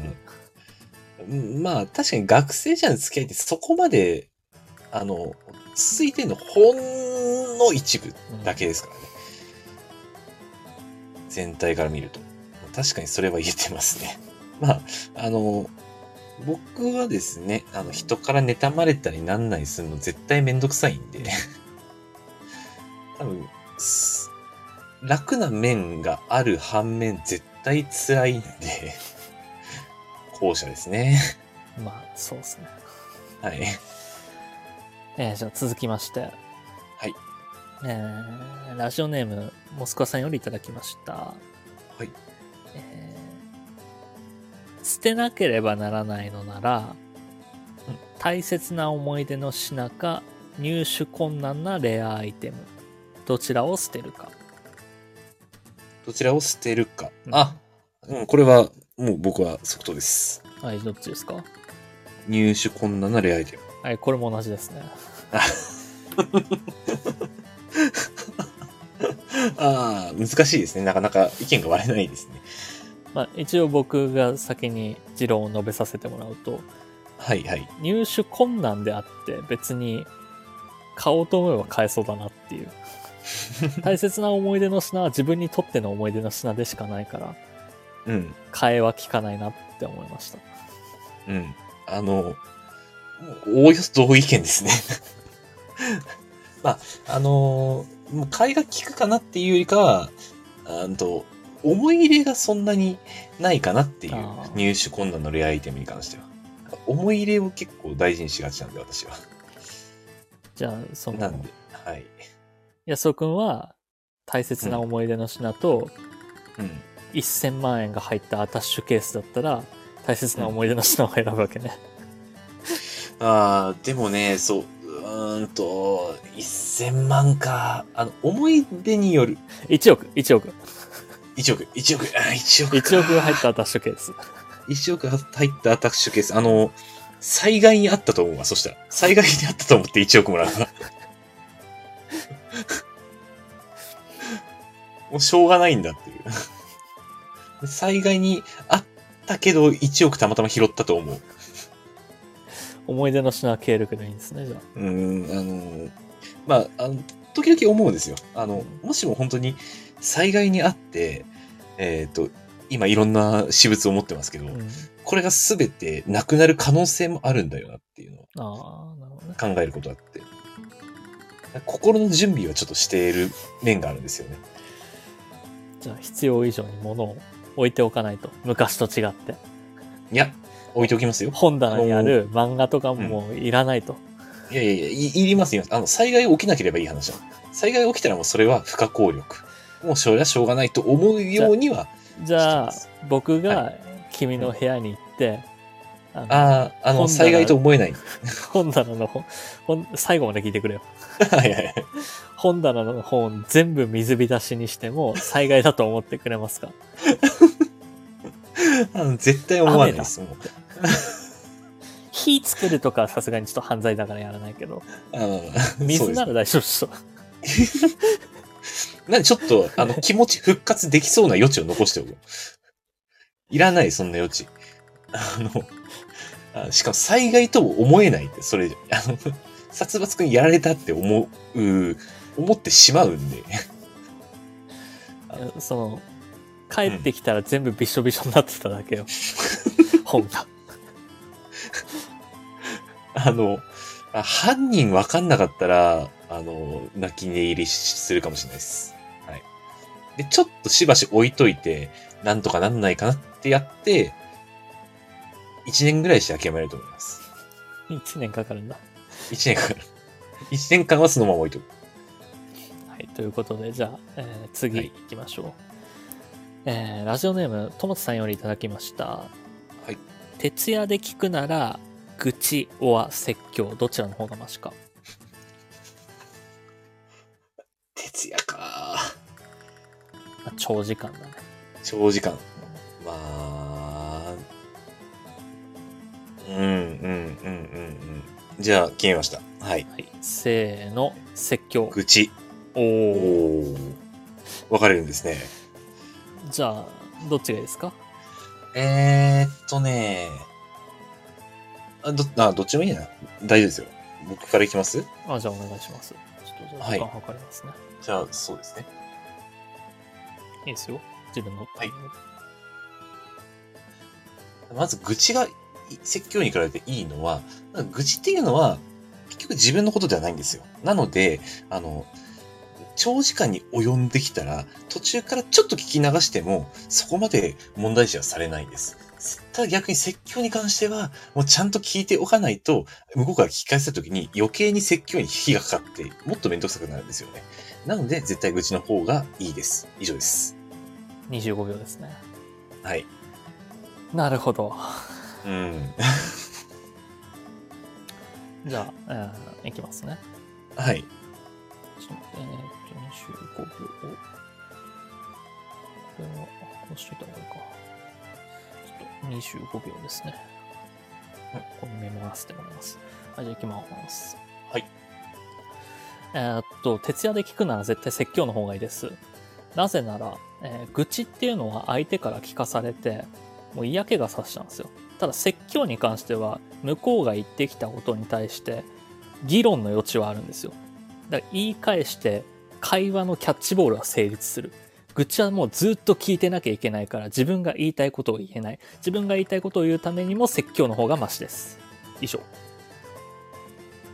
S2: うんうん。まあ、確かに学生時代の付き合いってそこまで、あの、続いてるのほんの一部
S1: うん
S2: だけですからね。全体から見ると。確かにそれは言えてますね。 まあ、あの、僕はですね、あの、人から妬まれたりなんなりするの絶対めんどくさいんで、 多分、す楽な面がある反面絶対辛いんで、 後者ですね。
S1: まあそうですね、
S2: はい。
S1: えーじゃあ続きまして
S2: はい
S1: えーラジオネームモスクワさんよりいただきました
S2: はい。
S1: えー捨てなければならないのなら、大切な思い出の品か入手困難なレアアイテムどちらを捨てるか、
S2: どちらを捨てるか。
S1: うん
S2: あ、うん、これは、もう僕は即答です。
S1: はいどっちですか
S2: 入手困難なレアアイテム。
S1: はい、これも同じですね。
S2: ああ、難しいですね。なかなか意見が割れないですね。
S1: まあ、一応僕が先に持論を述べさせてもらうと、
S2: はいはい。
S1: 入手困難であって別に買おうと思えば買えそうだなって いう。大切な思い出の品は自分にとっての思い出の品でしかないから、
S2: うん、
S1: 買えは効かないなって思いました。
S2: うん。あの、おおよそ同意見ですね。 まあ、あのーもう買いが効くかなっていうよりかは、あんと、思い入れがそんなにないかなっていう
S1: あー
S2: 入手困難のレアアイテムに関しては。思い入れを結構大事にしがちなんで、私は。
S1: じゃあ、そ
S2: なん
S1: の
S2: で、、はい。
S1: 安尾くんは大切な思い出の品と
S2: うん。
S1: 1000万円が入ったアタッシュケースだったら、大切な思い出の品を選ぶわけね。
S2: ああ、でもね、そう、うーんと、1000万か。あの、思い出による。
S1: 1億、1億。
S2: 1億、1億、あー1億か。
S1: 1億が入ったアタッシュケース。
S2: 1億入ったアタッシュケース。あの、災害にあったと思うわ、そしたら。災害にあったと思って1億もらう わ。もうしょうがないんだっていう。災害にあったけど、1億たまたま拾ったと思う。
S1: 思い出の品は経力ないんですね、じゃあ。
S2: うーん、あの、まあ、あの、時々思うんですよ。あの、もしも本当に災害にあって、えっ、と、今いろんな私物を持ってますけど、
S1: うん、
S2: これが全てなくなる可能性もあるんだよなっていうの
S1: あ
S2: を
S1: あ、なるほどね。
S2: 考えることあって。心の準備はちょっとしている面があるんですよね。
S1: じゃあ、必要以上に物を置いておかないと。昔と違って。
S2: いや、置いておきますよ。
S1: 本棚にある漫画とかももういらないと。
S2: いやいやいや、いいりますよ。あの、災害起きなければいい話だ。災害起きたらもうそれは不可抗力。もうそれはしょうがないと思うようには、
S1: じゃあ
S2: 知って、
S1: 僕が君の部屋に行って、あの
S2: ああ、あの、
S1: 本棚
S2: 災害と思えない。
S1: 本棚の本本、最後まで聞いてくれよ。
S2: はいはいはい
S1: 本棚の本全部水浸しにしても災害だと思ってくれますか
S2: あの絶対思わないです。もう
S1: 火つけるとかはさすがにちょっと犯罪だからやらないけど、
S2: あのそう
S1: 水
S2: で
S1: な
S2: す
S1: ら大丈夫っしょ。
S2: なんでちょっと、あの、気持ち復活できそうな余地を残しておく。いらない、そんな余地。あの、あしかも災害とも思えないって、それ、あの、殺伐くんやられたって思う、思ってしまうんで。
S1: その、帰ってきたら全部びしょびしょになってただけ よ。本が。
S2: あの、あ犯人わかんなかったら、あの、泣き寝入りするかもしれないです。はい。で、ちょっとしばし置いといて、なんとかなんないかなってやって、1年ぐらいして諦めると思います。
S1: 1年かかるんだ。
S2: 1年間。 一年間はそのまま置いとく。
S1: はい、ということで、じゃあ、えー
S2: は
S1: 次
S2: い
S1: 行きましょう。えーラジオネーム、ともつさんよりいただきました。
S2: はい。
S1: 徹夜で聞くなら、愚痴、おわ、説教、どちらの方がマシか。
S2: 徹夜か。
S1: まあ長時間だね。
S2: 長時間。まあ、うん、うん、うん、うん、うん。じゃあ、決めました。はい。
S1: はい。せーの、説教。
S2: 愚痴。
S1: お
S2: お
S1: ー
S2: お。分かれるんですね。
S1: じゃあ、どっちがいいですか
S2: えー、っとねあど、あ、どっちもいいな。大丈夫ですよ。僕からいきます
S1: あ、じゃあお願いします。ちょっとじゃあ
S2: はい
S1: 時間計りますね。
S2: じゃあ、そうですね。
S1: い、いですよ。自分の。
S2: はいまず、愚痴がい説教に比べていいのは、なんか愚痴っていうのは、結局自分のことではないんですよ。なので、あの、長時間に及んできたら、途中からちょっと聞き流しても、そこまで問題視はされないです。ただ逆に説教に関しては、もうちゃんと聞いておかないと、向こうから聞き返した時に余計に説教に火がかかって、もっとめんどくさくなるんですよね。なので、絶対愚痴の方がいいです。以上です。
S1: 25秒ですね。
S2: はい。
S1: なるほど。
S2: うん。
S1: じゃあ、えーいきますね。
S2: はい。
S1: ちょっと待って、えー、25秒。これは、こうしといた方がいいか。ちょっと25秒ですね。はい、これメモらせてもらいます。はい、じゃあ行きます。
S2: はい。
S1: えーっと、徹夜で聞くなら絶対説教の方がいいです。なぜなら、えー愚痴っていうのは相手から聞かされて、もう嫌気がさしちゃうんですよ。ただ説教に関しては、向こうが言ってきたことに対して、議論の余地はあるんですよ。だから言い返して会話のキャッチボールは成立する愚痴はもうずっと聞いてなきゃいけないから自分が言いたいことを言えない自分が言いたいことを言うためにも説教の方がマシです以上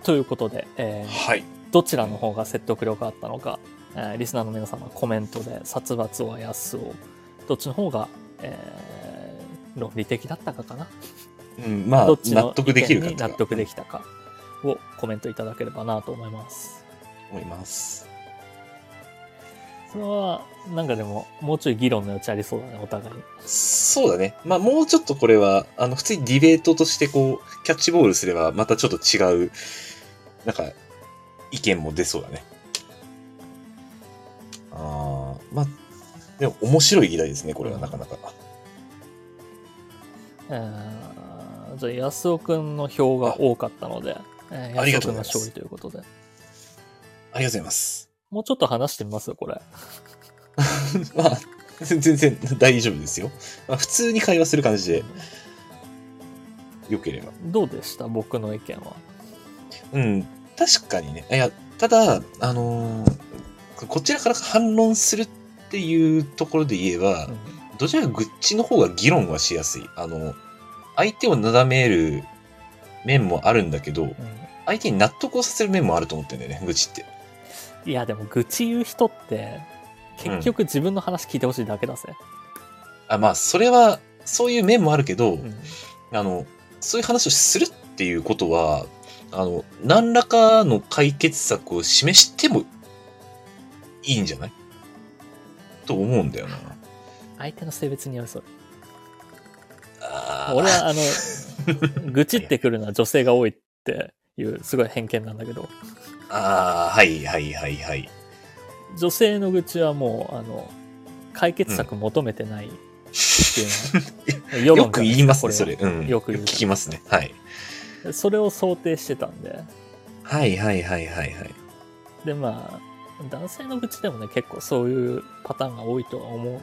S1: ということで、えー
S2: はい。
S1: どちらの方が説得力があったのか、えーリスナーの皆様コメントで殺伐をやすをどっちの方が、えー論理的だったかかな
S2: うん、まあ、
S1: どっちの
S2: 納得できる
S1: 意
S2: か
S1: 見
S2: と
S1: に
S2: か
S1: 納得できたかをコメントいただければなと思います
S2: 思います。
S1: それは、なんかでも、もうちょい議論の余地ありそうだね、お互いに。
S2: そうだね。まあ、もうちょっとこれは、あの、普通にディベートとして、こう、キャッチボールすれば、またちょっと違う、なんか、意見も出そうだね。ああ、まあ、でも、面白い議題ですね、これは、なかなか。
S1: えー、じゃあ、安尾くんの票が多かったので、えー
S2: あり
S1: 安尾く
S2: がとうん
S1: の
S2: ございます
S1: 勝利ということで。
S2: ありがとうございます。
S1: もうちょっと話してみますよ、これ。
S2: まあ、全然大丈夫ですよ。まあ、普通に会話する感じで、良ければ。
S1: どうでした僕の意見は。
S2: うん、確かにね。いや、ただ、あのーこちらから反論するっていうところで言えば、
S1: うん
S2: どちらかグッチの方が議論はしやすい。あの、相手をなだめる面もあるんだけど、
S1: う
S2: 相手に納得をさせる面もあると思ってんだよね、グッチって。
S1: んいや、でも愚痴言う人って、結局自分の話聞いてほしいだけだぜ。
S2: あ、まあ、それは、そういう面もあるけど、
S1: うん
S2: あの、そういう話をするっていうことは、あの、何らかの解決策を示してもいいんじゃないと思うんだよな。
S1: 相手の性別によるそれ。
S2: あー
S1: 俺は、あ の、愚痴ってくるのは女性が多いっていう、すごい偏見なんだけど、
S2: あー、はいはいはいはい。
S1: 女性の愚痴はもう、あの、解決策求めてないっていうのは、世論
S2: よ
S1: か
S2: く
S1: ら
S2: 言いますね、
S1: こ
S2: そ
S1: れ
S2: れ。
S1: は
S2: うん。
S1: よく言う
S2: 聞きますね。はい。
S1: それを想定してたんで。
S2: はいはいはいはいはい。
S1: で、まあ、男性の愚痴でもね、結構そういうパターンが多いとは思うのよ。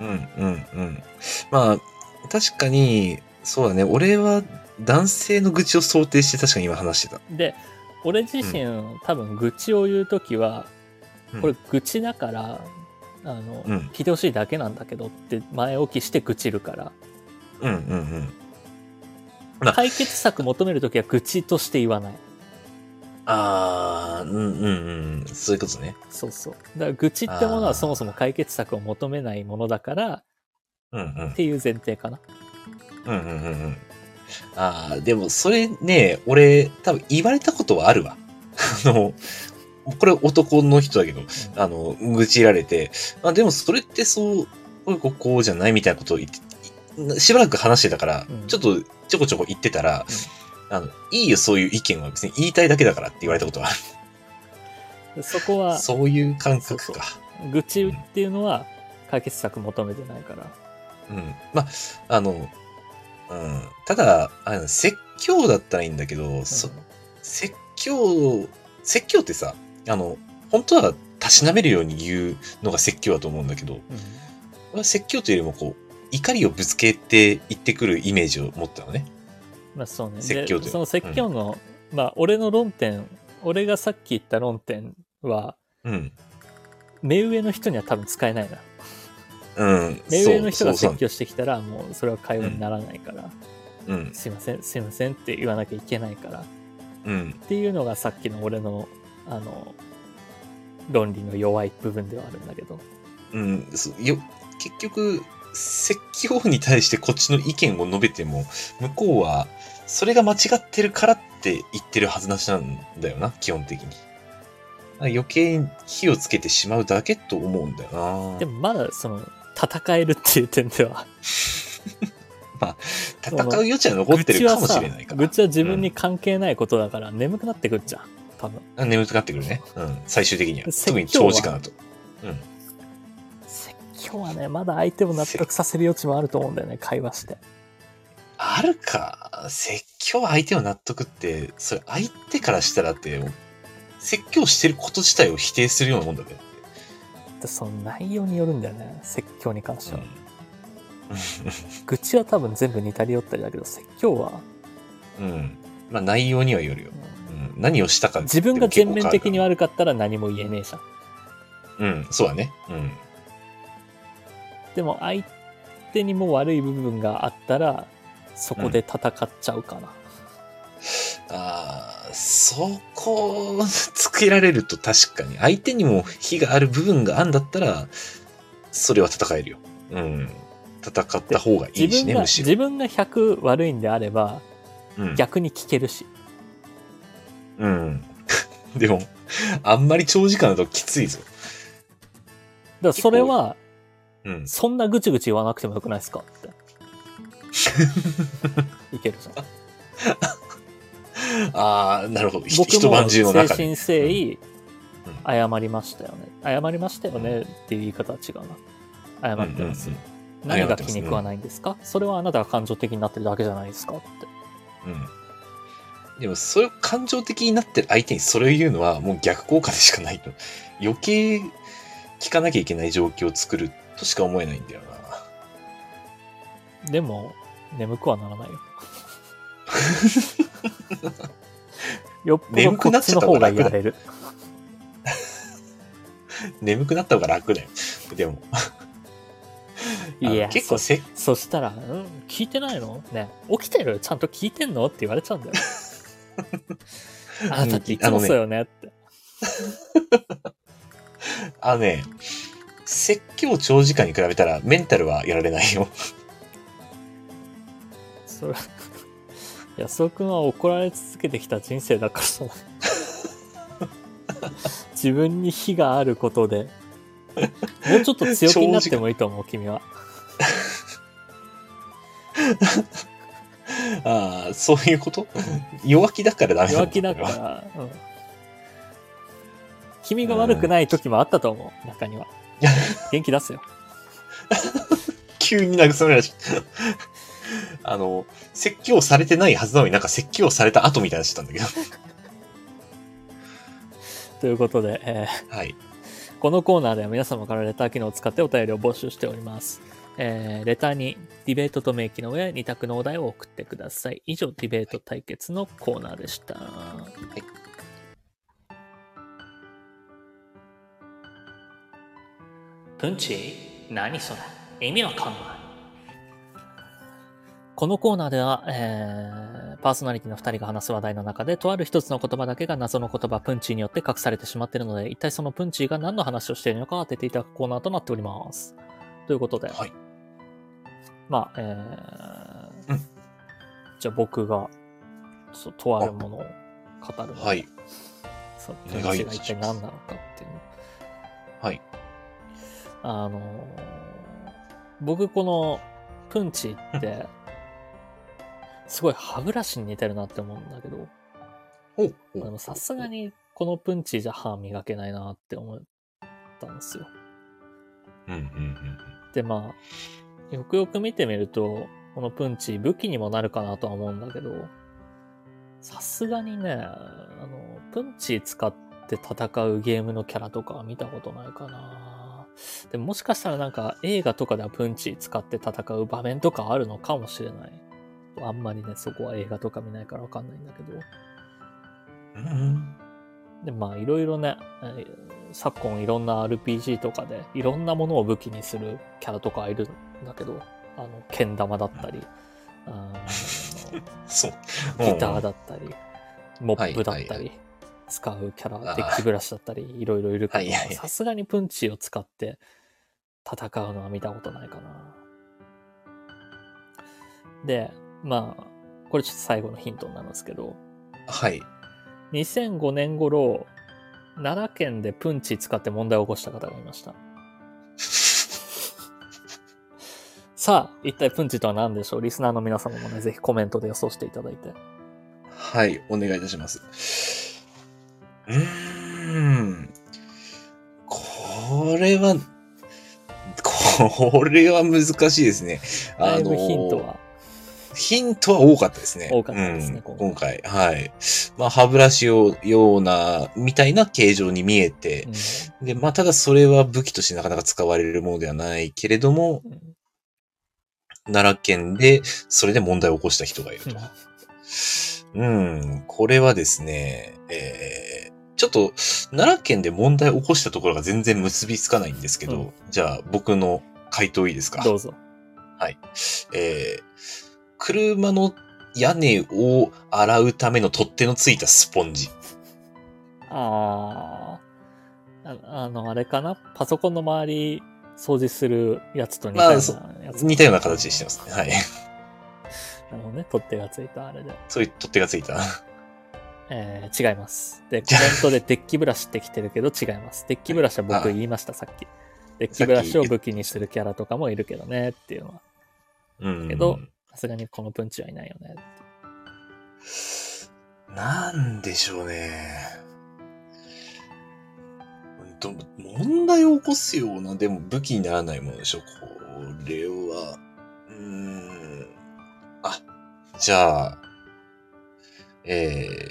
S2: うんうんうん。まあ、確かに、そうだね。俺は男性の愚痴を想定して確かに今話してた。
S1: で、俺自身、多分愚痴を言うときは、
S2: うん
S1: これ愚痴だから、あの、
S2: うん
S1: 聞いてほしいだけなんだけどって前置きして愚痴るから、
S2: うんうんうん。あ
S1: 解決策求めるときは愚痴として言わない。
S2: あー、うんうんうん。そういうことね。
S1: そうそう。だから愚痴ってもの
S2: あー
S1: はそもそも解決策を求めないものだから
S2: うんうん
S1: っ。ていう前提かな。
S2: うんうんうんうん。ああ、でもそれね、俺多分言われたことはあるわ。 あの、これ男の人だけど、あの、愚痴られて、あでもそれってそう、こうこうこうじゃないみたいなことを言って、いしばらく話してたから、
S1: うん
S2: ちょっとちょこちょこ言ってたら、あの、いいよそういう意見は別に言いたいだけだからって言われたことはある。
S1: でそこは
S2: そういう感覚か。
S1: そう愚痴っていうのは解決策求めてないから。
S2: うん。まあ、あの、うん。ただ、あの説教だったらいいんだけど、そ説教、説教ってさ、あの、本当はたしなめるように言うのが説教だと思うんだけど、
S1: うん
S2: 俺は説教というよりもこう、怒りをぶつけて言ってくるイメージを持ったのね。
S1: まあそうね。で
S2: 説教という
S1: その説教の、まあ俺の論点、俺がさっき言った論点は、
S2: うん。
S1: 目上の人には多分使えないな。
S2: うん。
S1: 目上の人が
S2: そう
S1: 説教してきたら、もうそれは会話にならないから、
S2: そうなん
S1: すいません、すいませんって言わなきゃいけないから。っ
S2: うん。うん。
S1: ていうのがさっきの俺の、あの、論理の弱い部分ではあるんだけど。
S2: うん。そうよ結局、説教に対してこっちの意見を述べても、向こうは、それが間違ってるからって言ってるはずなしなんだよな、基本的に。余計に火をつけてしまうだけと思うんだよな。
S1: でもまだその、戦えるっていう点では、
S2: 戦う余地は残ってるかもしれないから
S1: 愚。痴は自分に関係ないことだから、眠くなってくるじゃん。多分。
S2: あ眠くなってくるね。うん。最終的には。
S1: 説教は
S2: 特に長時間だと。うん。
S1: 説教はね、まだ相手を納得させる余地もあると思うんだよね、会話して。
S2: あるか。説教相手を納得って、それ相手からしたらって、説教してること自体を否定するようなもんだね。
S1: でその内容によるんだよね、説教に関して
S2: う
S1: は。
S2: ん。
S1: 愚痴は多分全部似たり寄ったりだけど、説教は、
S2: うん。まあ内容にはよるよ
S1: う。ん
S2: うん。何をしたか
S1: 自分が全面的に
S2: は。
S1: 悪かったら何も言えねえじゃん。
S2: うん。そうだね。うん。
S1: でも相手にも悪い部分があったら、そこで戦っちゃうかな。
S2: ああ、そこをつけられると確かに、相手にも火がある部分があるんだったら、それは戦えるよ。うん。戦った方がいい
S1: 自
S2: し
S1: 分
S2: ね、
S1: が、
S2: むしろ。
S1: 自分が100悪いんであれば、
S2: うん。
S1: 逆に聞けるし。
S2: うん。 でも、あんまり長時間だときついぞ。
S1: だからそれは、
S2: うん。
S1: そんなぐちぐち言わなくてもよくない ですかって。いける じゃん。
S2: ああ、なるほど。ひ
S1: 僕
S2: 一
S1: も
S2: 晩中の
S1: 誠
S2: 中で。
S1: 心誠意
S2: うん
S1: 謝りましたよね謝りましたよねっていう言い方は違うな謝ってます、
S2: うん
S1: 何が気に食わないんですかそれはあなたが感情的になってるだけじゃないですかって
S2: うんうん。でも、それを感 情的になってる相手にそれを言うのは、もう逆効果でしかないと。余計、聞かなきゃいけない状況を作るとしか思えないんだよな。
S1: でも、眠くはならないよ。 よっぽど
S2: 眠
S1: こ
S2: くな
S1: っ
S2: っち
S1: ち
S2: ゃ
S1: の
S2: った方
S1: 方
S2: が
S1: が
S2: 楽だ
S1: やれる。
S2: 眠くなった方が楽だよ。でも。
S1: いや、
S2: 結構
S1: そ
S2: せっ
S1: そしたら、うん、聞いてないのね、起きてるちゃんと聞いてんのって言われちゃうんだよ。あなたっていつもそうよねって。
S2: あのね、説教長時間に比べたらメンタルはやられないよ。
S1: それ、安尾くんは怒られ続けてきた人生 だからな。自分に非があることで、もうちょっと強気になってもいいと思う、君は。
S2: ああ、そういうこと 弱気だからダメな
S1: 弱
S2: の
S1: 気だか。ら、うん。君が悪くない時もあったと思う、中には。元気出すよ。
S2: 急に慰められちゃ った。あの、説教されてないはずなのになんか説教された後みたいになっちゃったんだけど。
S1: ということで、えー
S2: はい。
S1: このコーナーでは皆様からレター機能を使ってお便りを募集しております。えーレターにディベートと名機の上、二択のお題を送ってください。以上、ディベート対決のコーナーでした。プンチ何それ意味わかんない。このコーナーでは、えーパーソナリティの2人が話す話題の中で、とある一つの言葉だけが謎の言葉、プンチーによって隠されてしまっているので、一体そのプンチーが何の話をしているのかを当てていただくコーナーとなっております。ということで、
S2: はい
S1: まあ、えー
S2: うん
S1: じゃあ僕が、ちょっととあるものを語るので
S2: はい。
S1: その
S2: お
S1: プン
S2: 願い
S1: チが一体何なのかっていうの
S2: はい。
S1: あのー僕このプンチってすごい歯ブラシに似てるなって思うんだけど
S2: ほうほ
S1: で
S2: う
S1: もさすがにこのプンチじゃ歯磨けないなって思ったんですよ
S2: うんうんうん。
S1: でまあよくよく見てみるとこのプンチ武器にもなるかなとは思うんだけどさすがにねあのプンチ使って戦うゲームのキャラとかは見たことないかなでももしかしたらなんか映画とかではプンチ使って戦う場面とかあるのかもしれないあんまりねそこは映画とか見ないからわかんないんだけど
S2: うんうん
S1: でまあいろいろねえー昨今いろんな RPG とかでいろんなものを武器にするキャラとかいるんだけどあのけん玉だったりあー
S2: そう。
S1: ギター
S2: だ。
S1: だったりモップだったり、
S2: はいはいは
S1: 使うキャ
S2: あ
S1: ラ
S2: ー
S1: デッキブラシだったりいろいろいるけ
S2: はい
S1: ど
S2: はい
S1: さすがにプンチを使って戦うのは見たことないかなでまあこれちょっと最後のヒントになるんですけど、
S2: はい。
S1: 2005年頃奈良県でプンチ使って問題を起こした方がいましたさあ一体プンチとは何でしょうリスナーの皆様もねぜひコメントで予想していただいて
S2: はい、お願いいたします。うーん。これは、これは難しいですね。
S1: だいぶヒントは、
S2: ヒントは多かったですね。
S1: 多かったですね
S2: うん
S1: 今
S2: 今回。はい。まあ、歯ブラシをような、みたいな形状に見えて、で、まあ、ただそれは武器としてなかなか使われるものではないけれども、
S1: うんうん
S2: 奈良県で、それで問題を起こした人がいると。うん、これはですね、えー、ちょっと、奈良県で問題を起こしたところが全然結びつかないんですけど、
S1: うん
S2: じゃあ僕の回答いいですか
S1: どうぞ
S2: えー、車の屋根を洗うための取っ手のついたスポンジ。
S1: あーああのあれかなパソコンの周り掃除するやつと似
S2: まあ
S1: たよう
S2: そう
S1: なやつ、
S2: 似たような形にしてますね。はい。
S1: あのね取っ手がついたあれで
S2: そういう取っ手がついた。
S1: えー違います。で、コメントでデッキブラシって来てるけど違います。デッキブラシは僕言いました、さっき。デッキブラシを武器にするキャラとかもいるけどねっていうのは、
S2: うん。
S1: けどさすがにこのプンチはいないよねって。
S2: なんでしょうね。ど問題を起こすような、でも武器にならないものでしょ。これは、うーん。あ、じゃあ、えー、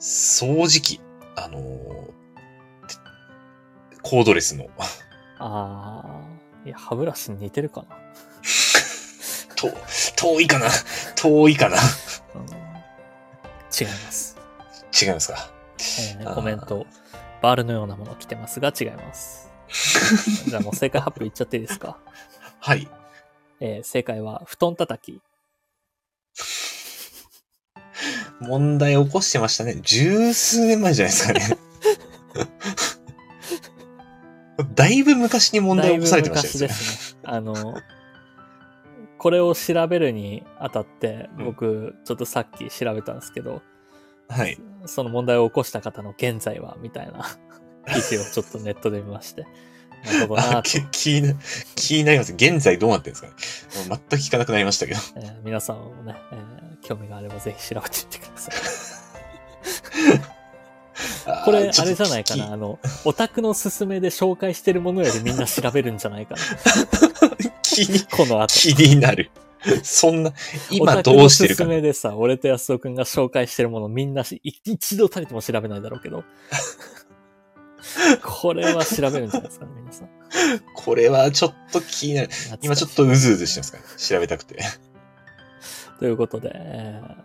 S2: 掃除機。あのー、コードレスの。
S1: あーいや歯ブラシに似てるかな、
S2: と、遠いかな遠いかな
S1: うん、違います、
S2: 違いますか
S1: えー
S2: あー
S1: コメントバールのようなものを着てますが違いますじゃあもう正解発表いっちゃっていいですか、
S2: はい。
S1: えー正解は布団叩き
S2: 問題起こしてましたね。十数年前じゃないですかね。 だいぶ昔に問題起こされてました
S1: だいぶ昔で
S2: よね。
S1: すね。あの、これを調べるにあたって、僕、ちょっとさっき調べたんですけど、
S2: はい。
S1: その問題を起こした方の現在は、みたい な記事をちょっとネットで見まして、なるほどな
S2: あ、
S1: と、
S2: き気にな、気になります。現在どうなってるんですかね。もう全く聞かなくなりましたけど。
S1: えー皆さんもね、えー興味があればぜひ調べてみてください。 これ、あれじゃないかな、あの、オタクの勧めで紹介してるものよりみんな調べるんじゃ ないかな、
S2: 気に、
S1: この後。
S2: 気になる。そんな、
S1: オ
S2: 今
S1: タク
S2: どうしてるか
S1: の。勧めでさ、俺と安尾くんが紹介してるものみんなしい一度たりとも調べないだろうけ ど。これは調べるんじゃないですかね、皆さん。
S2: これはちょっと気になる。今ちょっとうずうずしてますから、調べたくて。
S1: ということで、えー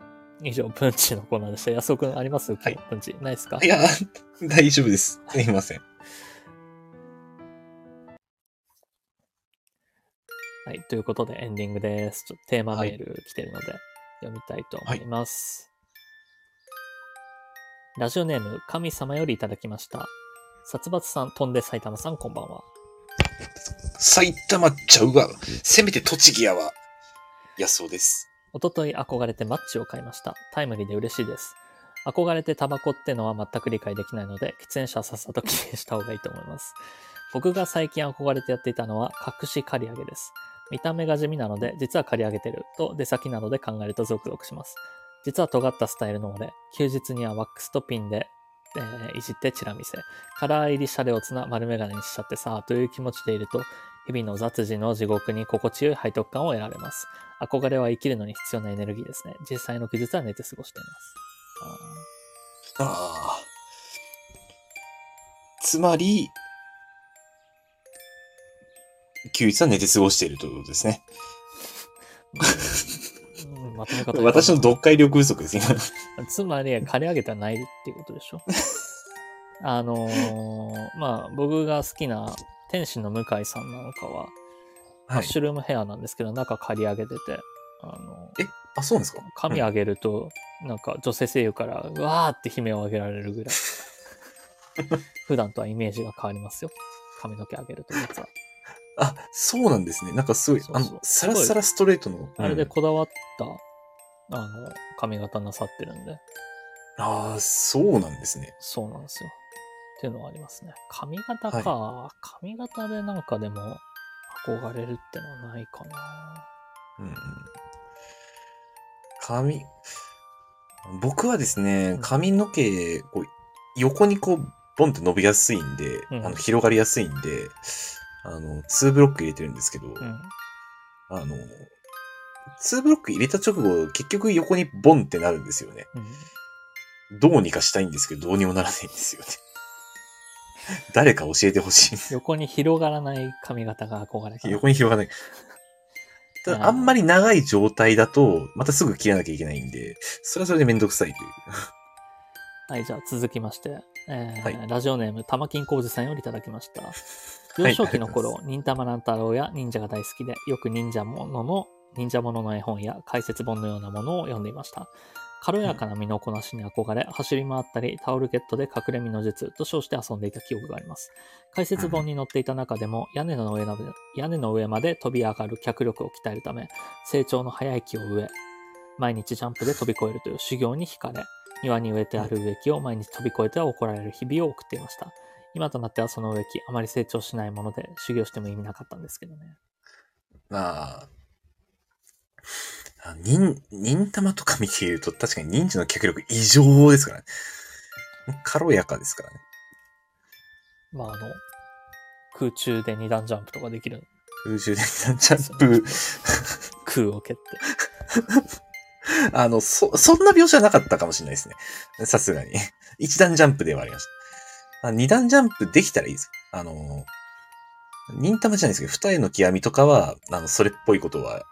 S1: 以上、プンチのコーナーでした。安尾くんあります今日
S2: はい
S1: プンチ。ないですか
S2: いや、大丈夫です。すいません。
S1: はい、ということでエンディングです。ちょっとテーマメール来てるので、読みたいと思います。ラジオネーム、神様よりいただきました。殺伐さん、飛んで埼玉さん、こんばんは。
S2: 埼玉ちゃうわ。せめて栃木やわ。安尾です。
S1: おととい憧れてマッチを買いました。タイムリーで嬉しいです。憧れてタバコってのは全く理解できないので、喫煙者はさっさと禁煙した方がいいと思います。僕が最近憧れてやっていたのは隠し刈り上げです。見た目が地味なので、実は刈り上げてると出先などで考えるとゾクゾクします。実は尖ったスタイルの俺、休日にはワックスとピンで、えーいじってチラ見せ、カラー入りシャレオツな丸メガネにしちゃってさという気持ちでいると、日々の雑事の地獄に心地よい背徳感を得られます。憧れは生きるのに必要なエネルギーですね。実際の技術は寝て過ごしています。
S2: ああ。つまり、休日は寝て過ごしているということですね。
S1: あーうんまとめ方
S2: 私の読解力不足です、今。
S1: つまり、刈り上げてはないっていうことでしょ。あのーまあ、僕が好きな天使の向井さんなのかは、マッシュルームヘアなんですけど、中刈り上げてて、あの
S2: え、あ、そうなんですか
S1: 髪上げると、なんか女性声優から、うわーって悲鳴を上げられるぐらい。普段とはイメージが変わりますよ。髪の毛上げると、実は。
S2: あ、そうなんですね。なんかすごい、
S1: そう
S2: あ
S1: そう
S2: の、サラサラストレートの。
S1: あれで
S2: うん
S1: こだわった、あの、髪型なさってるんで、
S2: ああ、そうなんですね。
S1: そうなんですよ。っていうのはありますね。髪型か、髪型でなんかでも憧れるってのはないかな。
S2: うんうん。髪、僕はですね
S1: うん、
S2: 髪の毛、こう横にこう、ボンって伸びやすいんで、
S1: うん
S2: あの広がりやすいんで、あの、2ブロック入れてるんですけど、
S1: うん。
S2: あの、2ブロック入れた直後、結局横にボンってなるんですよね。
S1: うん、
S2: どうにかしたいんですけど、どうにもならないんですよね。 誰か教えてほしい。
S1: 横に広がらない髪型が憧れかな
S2: 横に広が らない。た
S1: うん
S2: だ、あんまり長い状態だと、またすぐ切らなきゃいけないんで、それはそれでめんどくさいという。
S1: はい、じゃあ続きまして、えー
S2: はい
S1: ラジオネーム、玉金浩二さんよりいただきました。
S2: い
S1: 幼少期の
S2: ありがとうござい
S1: 頃、忍たま乱太郎や忍者が大好きで、よく忍者ものの、忍者ものの絵本や解説本のようなものを読んでいました。軽やかな身のこなしに憧れ、走り回ったり、タオルケットで隠れ身の術と称して遊んでいた記憶があります。解説本に載っていた中でも、屋根の上など屋根の上まで飛び上がる脚力を鍛えるため、成長の早い木を植え、毎日ジャンプで飛び越えるという修行に惹かれ、庭に植えてある植木を毎日飛び越えては怒られる日々を送っていました。今となってはその植木、あまり成長しないもので、修行しても意味なかったんですけどね。
S2: まあ、あ忍、忍玉とか見ていると、確かに忍者の脚力異常ですからね。軽やかですからね。
S1: まあ、あの、空中で二段ジャンプとかできる
S2: 空中でジャンプ、
S1: 空を蹴って。
S2: あの、そ、そんな描写はなかったかもしれない ですね。さすがに。一段ジャンプではありました。あ二段ジャンプできたらいいです。あの、忍たまじゃないですけど、二重の極みとかは、あの、それっぽいことは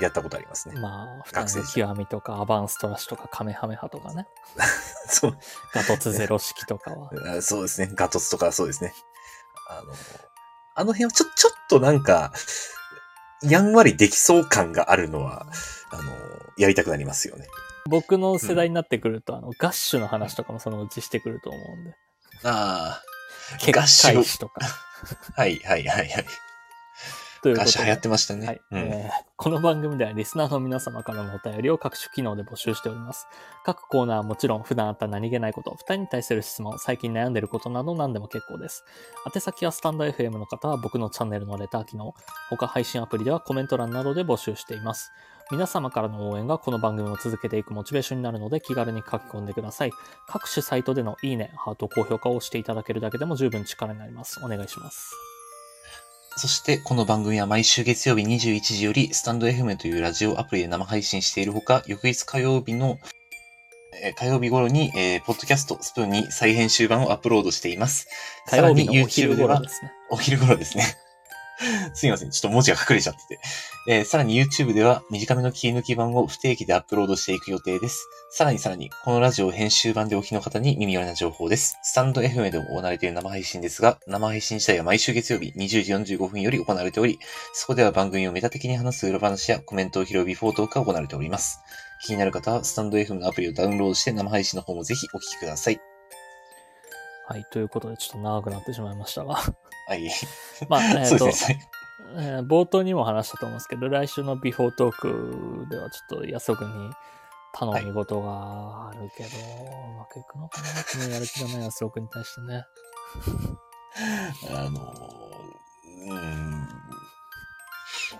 S2: やったことありますね。
S1: まあ、二
S2: 学
S1: 人
S2: 生
S1: の
S2: 時代
S1: 極みとか、アバンストラッシュとか、カメハメハとか ね。
S2: そう
S1: ガトツゼロ式とかは。
S2: あそうですね。ガトツとかそうですね。あの、あの辺はちょ、ちょっとなんか、やんわりできそう感があるのは、あの、やりたくなりますよね。
S1: 僕の世代になってくると、あの、ガッシュの話とかもそのうちしてくると思うんで。
S2: あ
S1: 結
S2: ガッシュ
S1: 界誌 とか。
S2: あ、はいはいはいはい。
S1: ということで
S2: 昔流行ってましたね。
S1: はい、
S2: うん
S1: えーこの番組ではリスナーの皆様からのお便りを各種機能で募集しております。各コーナーはもちろん普段あった何気ないこと、2人に対する質問、最近悩んでることなど何でも結構です。宛先はスタンド FM の方は僕のチャンネルのレター機能、他配信アプリではコメント欄などで募集しています。皆様からの応援がこの番組を続けていくモチベーションになるので気軽に書き込んでください。各種サイトでのいいね、ハート、高評価を押していただけるだけでも十分力になります。お願いします。
S2: そして、この番組は毎週月曜日21時より、スタンド FM というラジオアプリで生配信しているほか、翌日火曜日の、えー火曜日頃に、えーポッドキャストスプーンに再編集版をアップロードしています。
S1: 火曜日のお昼頃ですね。
S2: お昼頃ですね。 すいません。ちょっと文字が隠れちゃってて。えーさらに YouTube では短めの切り抜き版を不定期でアップロードしていく予定です。さらにさらに、このラジオ編集版でお聞きの方に耳寄りな情報です。スタンド FM でも行われている生配信ですが、生配信自体は毎週月曜日20時45分より行われており、そこでは番組をメタ的に話す裏話やコメントを拾うビフォートークが行われております。気になる方は、スタンド FM のアプリをダウンロードして生配信の方もぜひお聞きください。
S1: はい、ということでちょっと長くなってしまいましたが。
S2: はい。
S1: まあ、えっ、
S2: そ
S1: と
S2: う、ですね。
S1: えー冒頭にも話したと思うんですけど、来週のビフォートークではちょっと安くに頼み事があるけど、うまくいくのかなこのやる気がない安くに対してね。
S2: あの、うーん、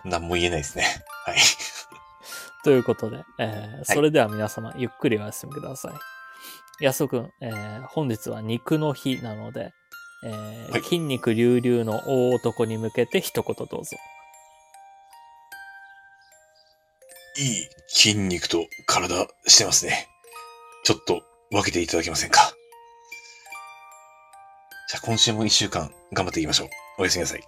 S2: 何も言えないですね。はい。
S1: ということで、えーそれでは皆様、ゆっくりお休みください。安くん、えー本日は肉の日なので、えー
S2: はい
S1: 筋肉隆々の大男に向けて一言どうぞ。
S2: いい筋肉と体してますね。ちょっと分けていただけませんか。じゃあ今週も一週間頑張っていきましょう。おやすみなさい。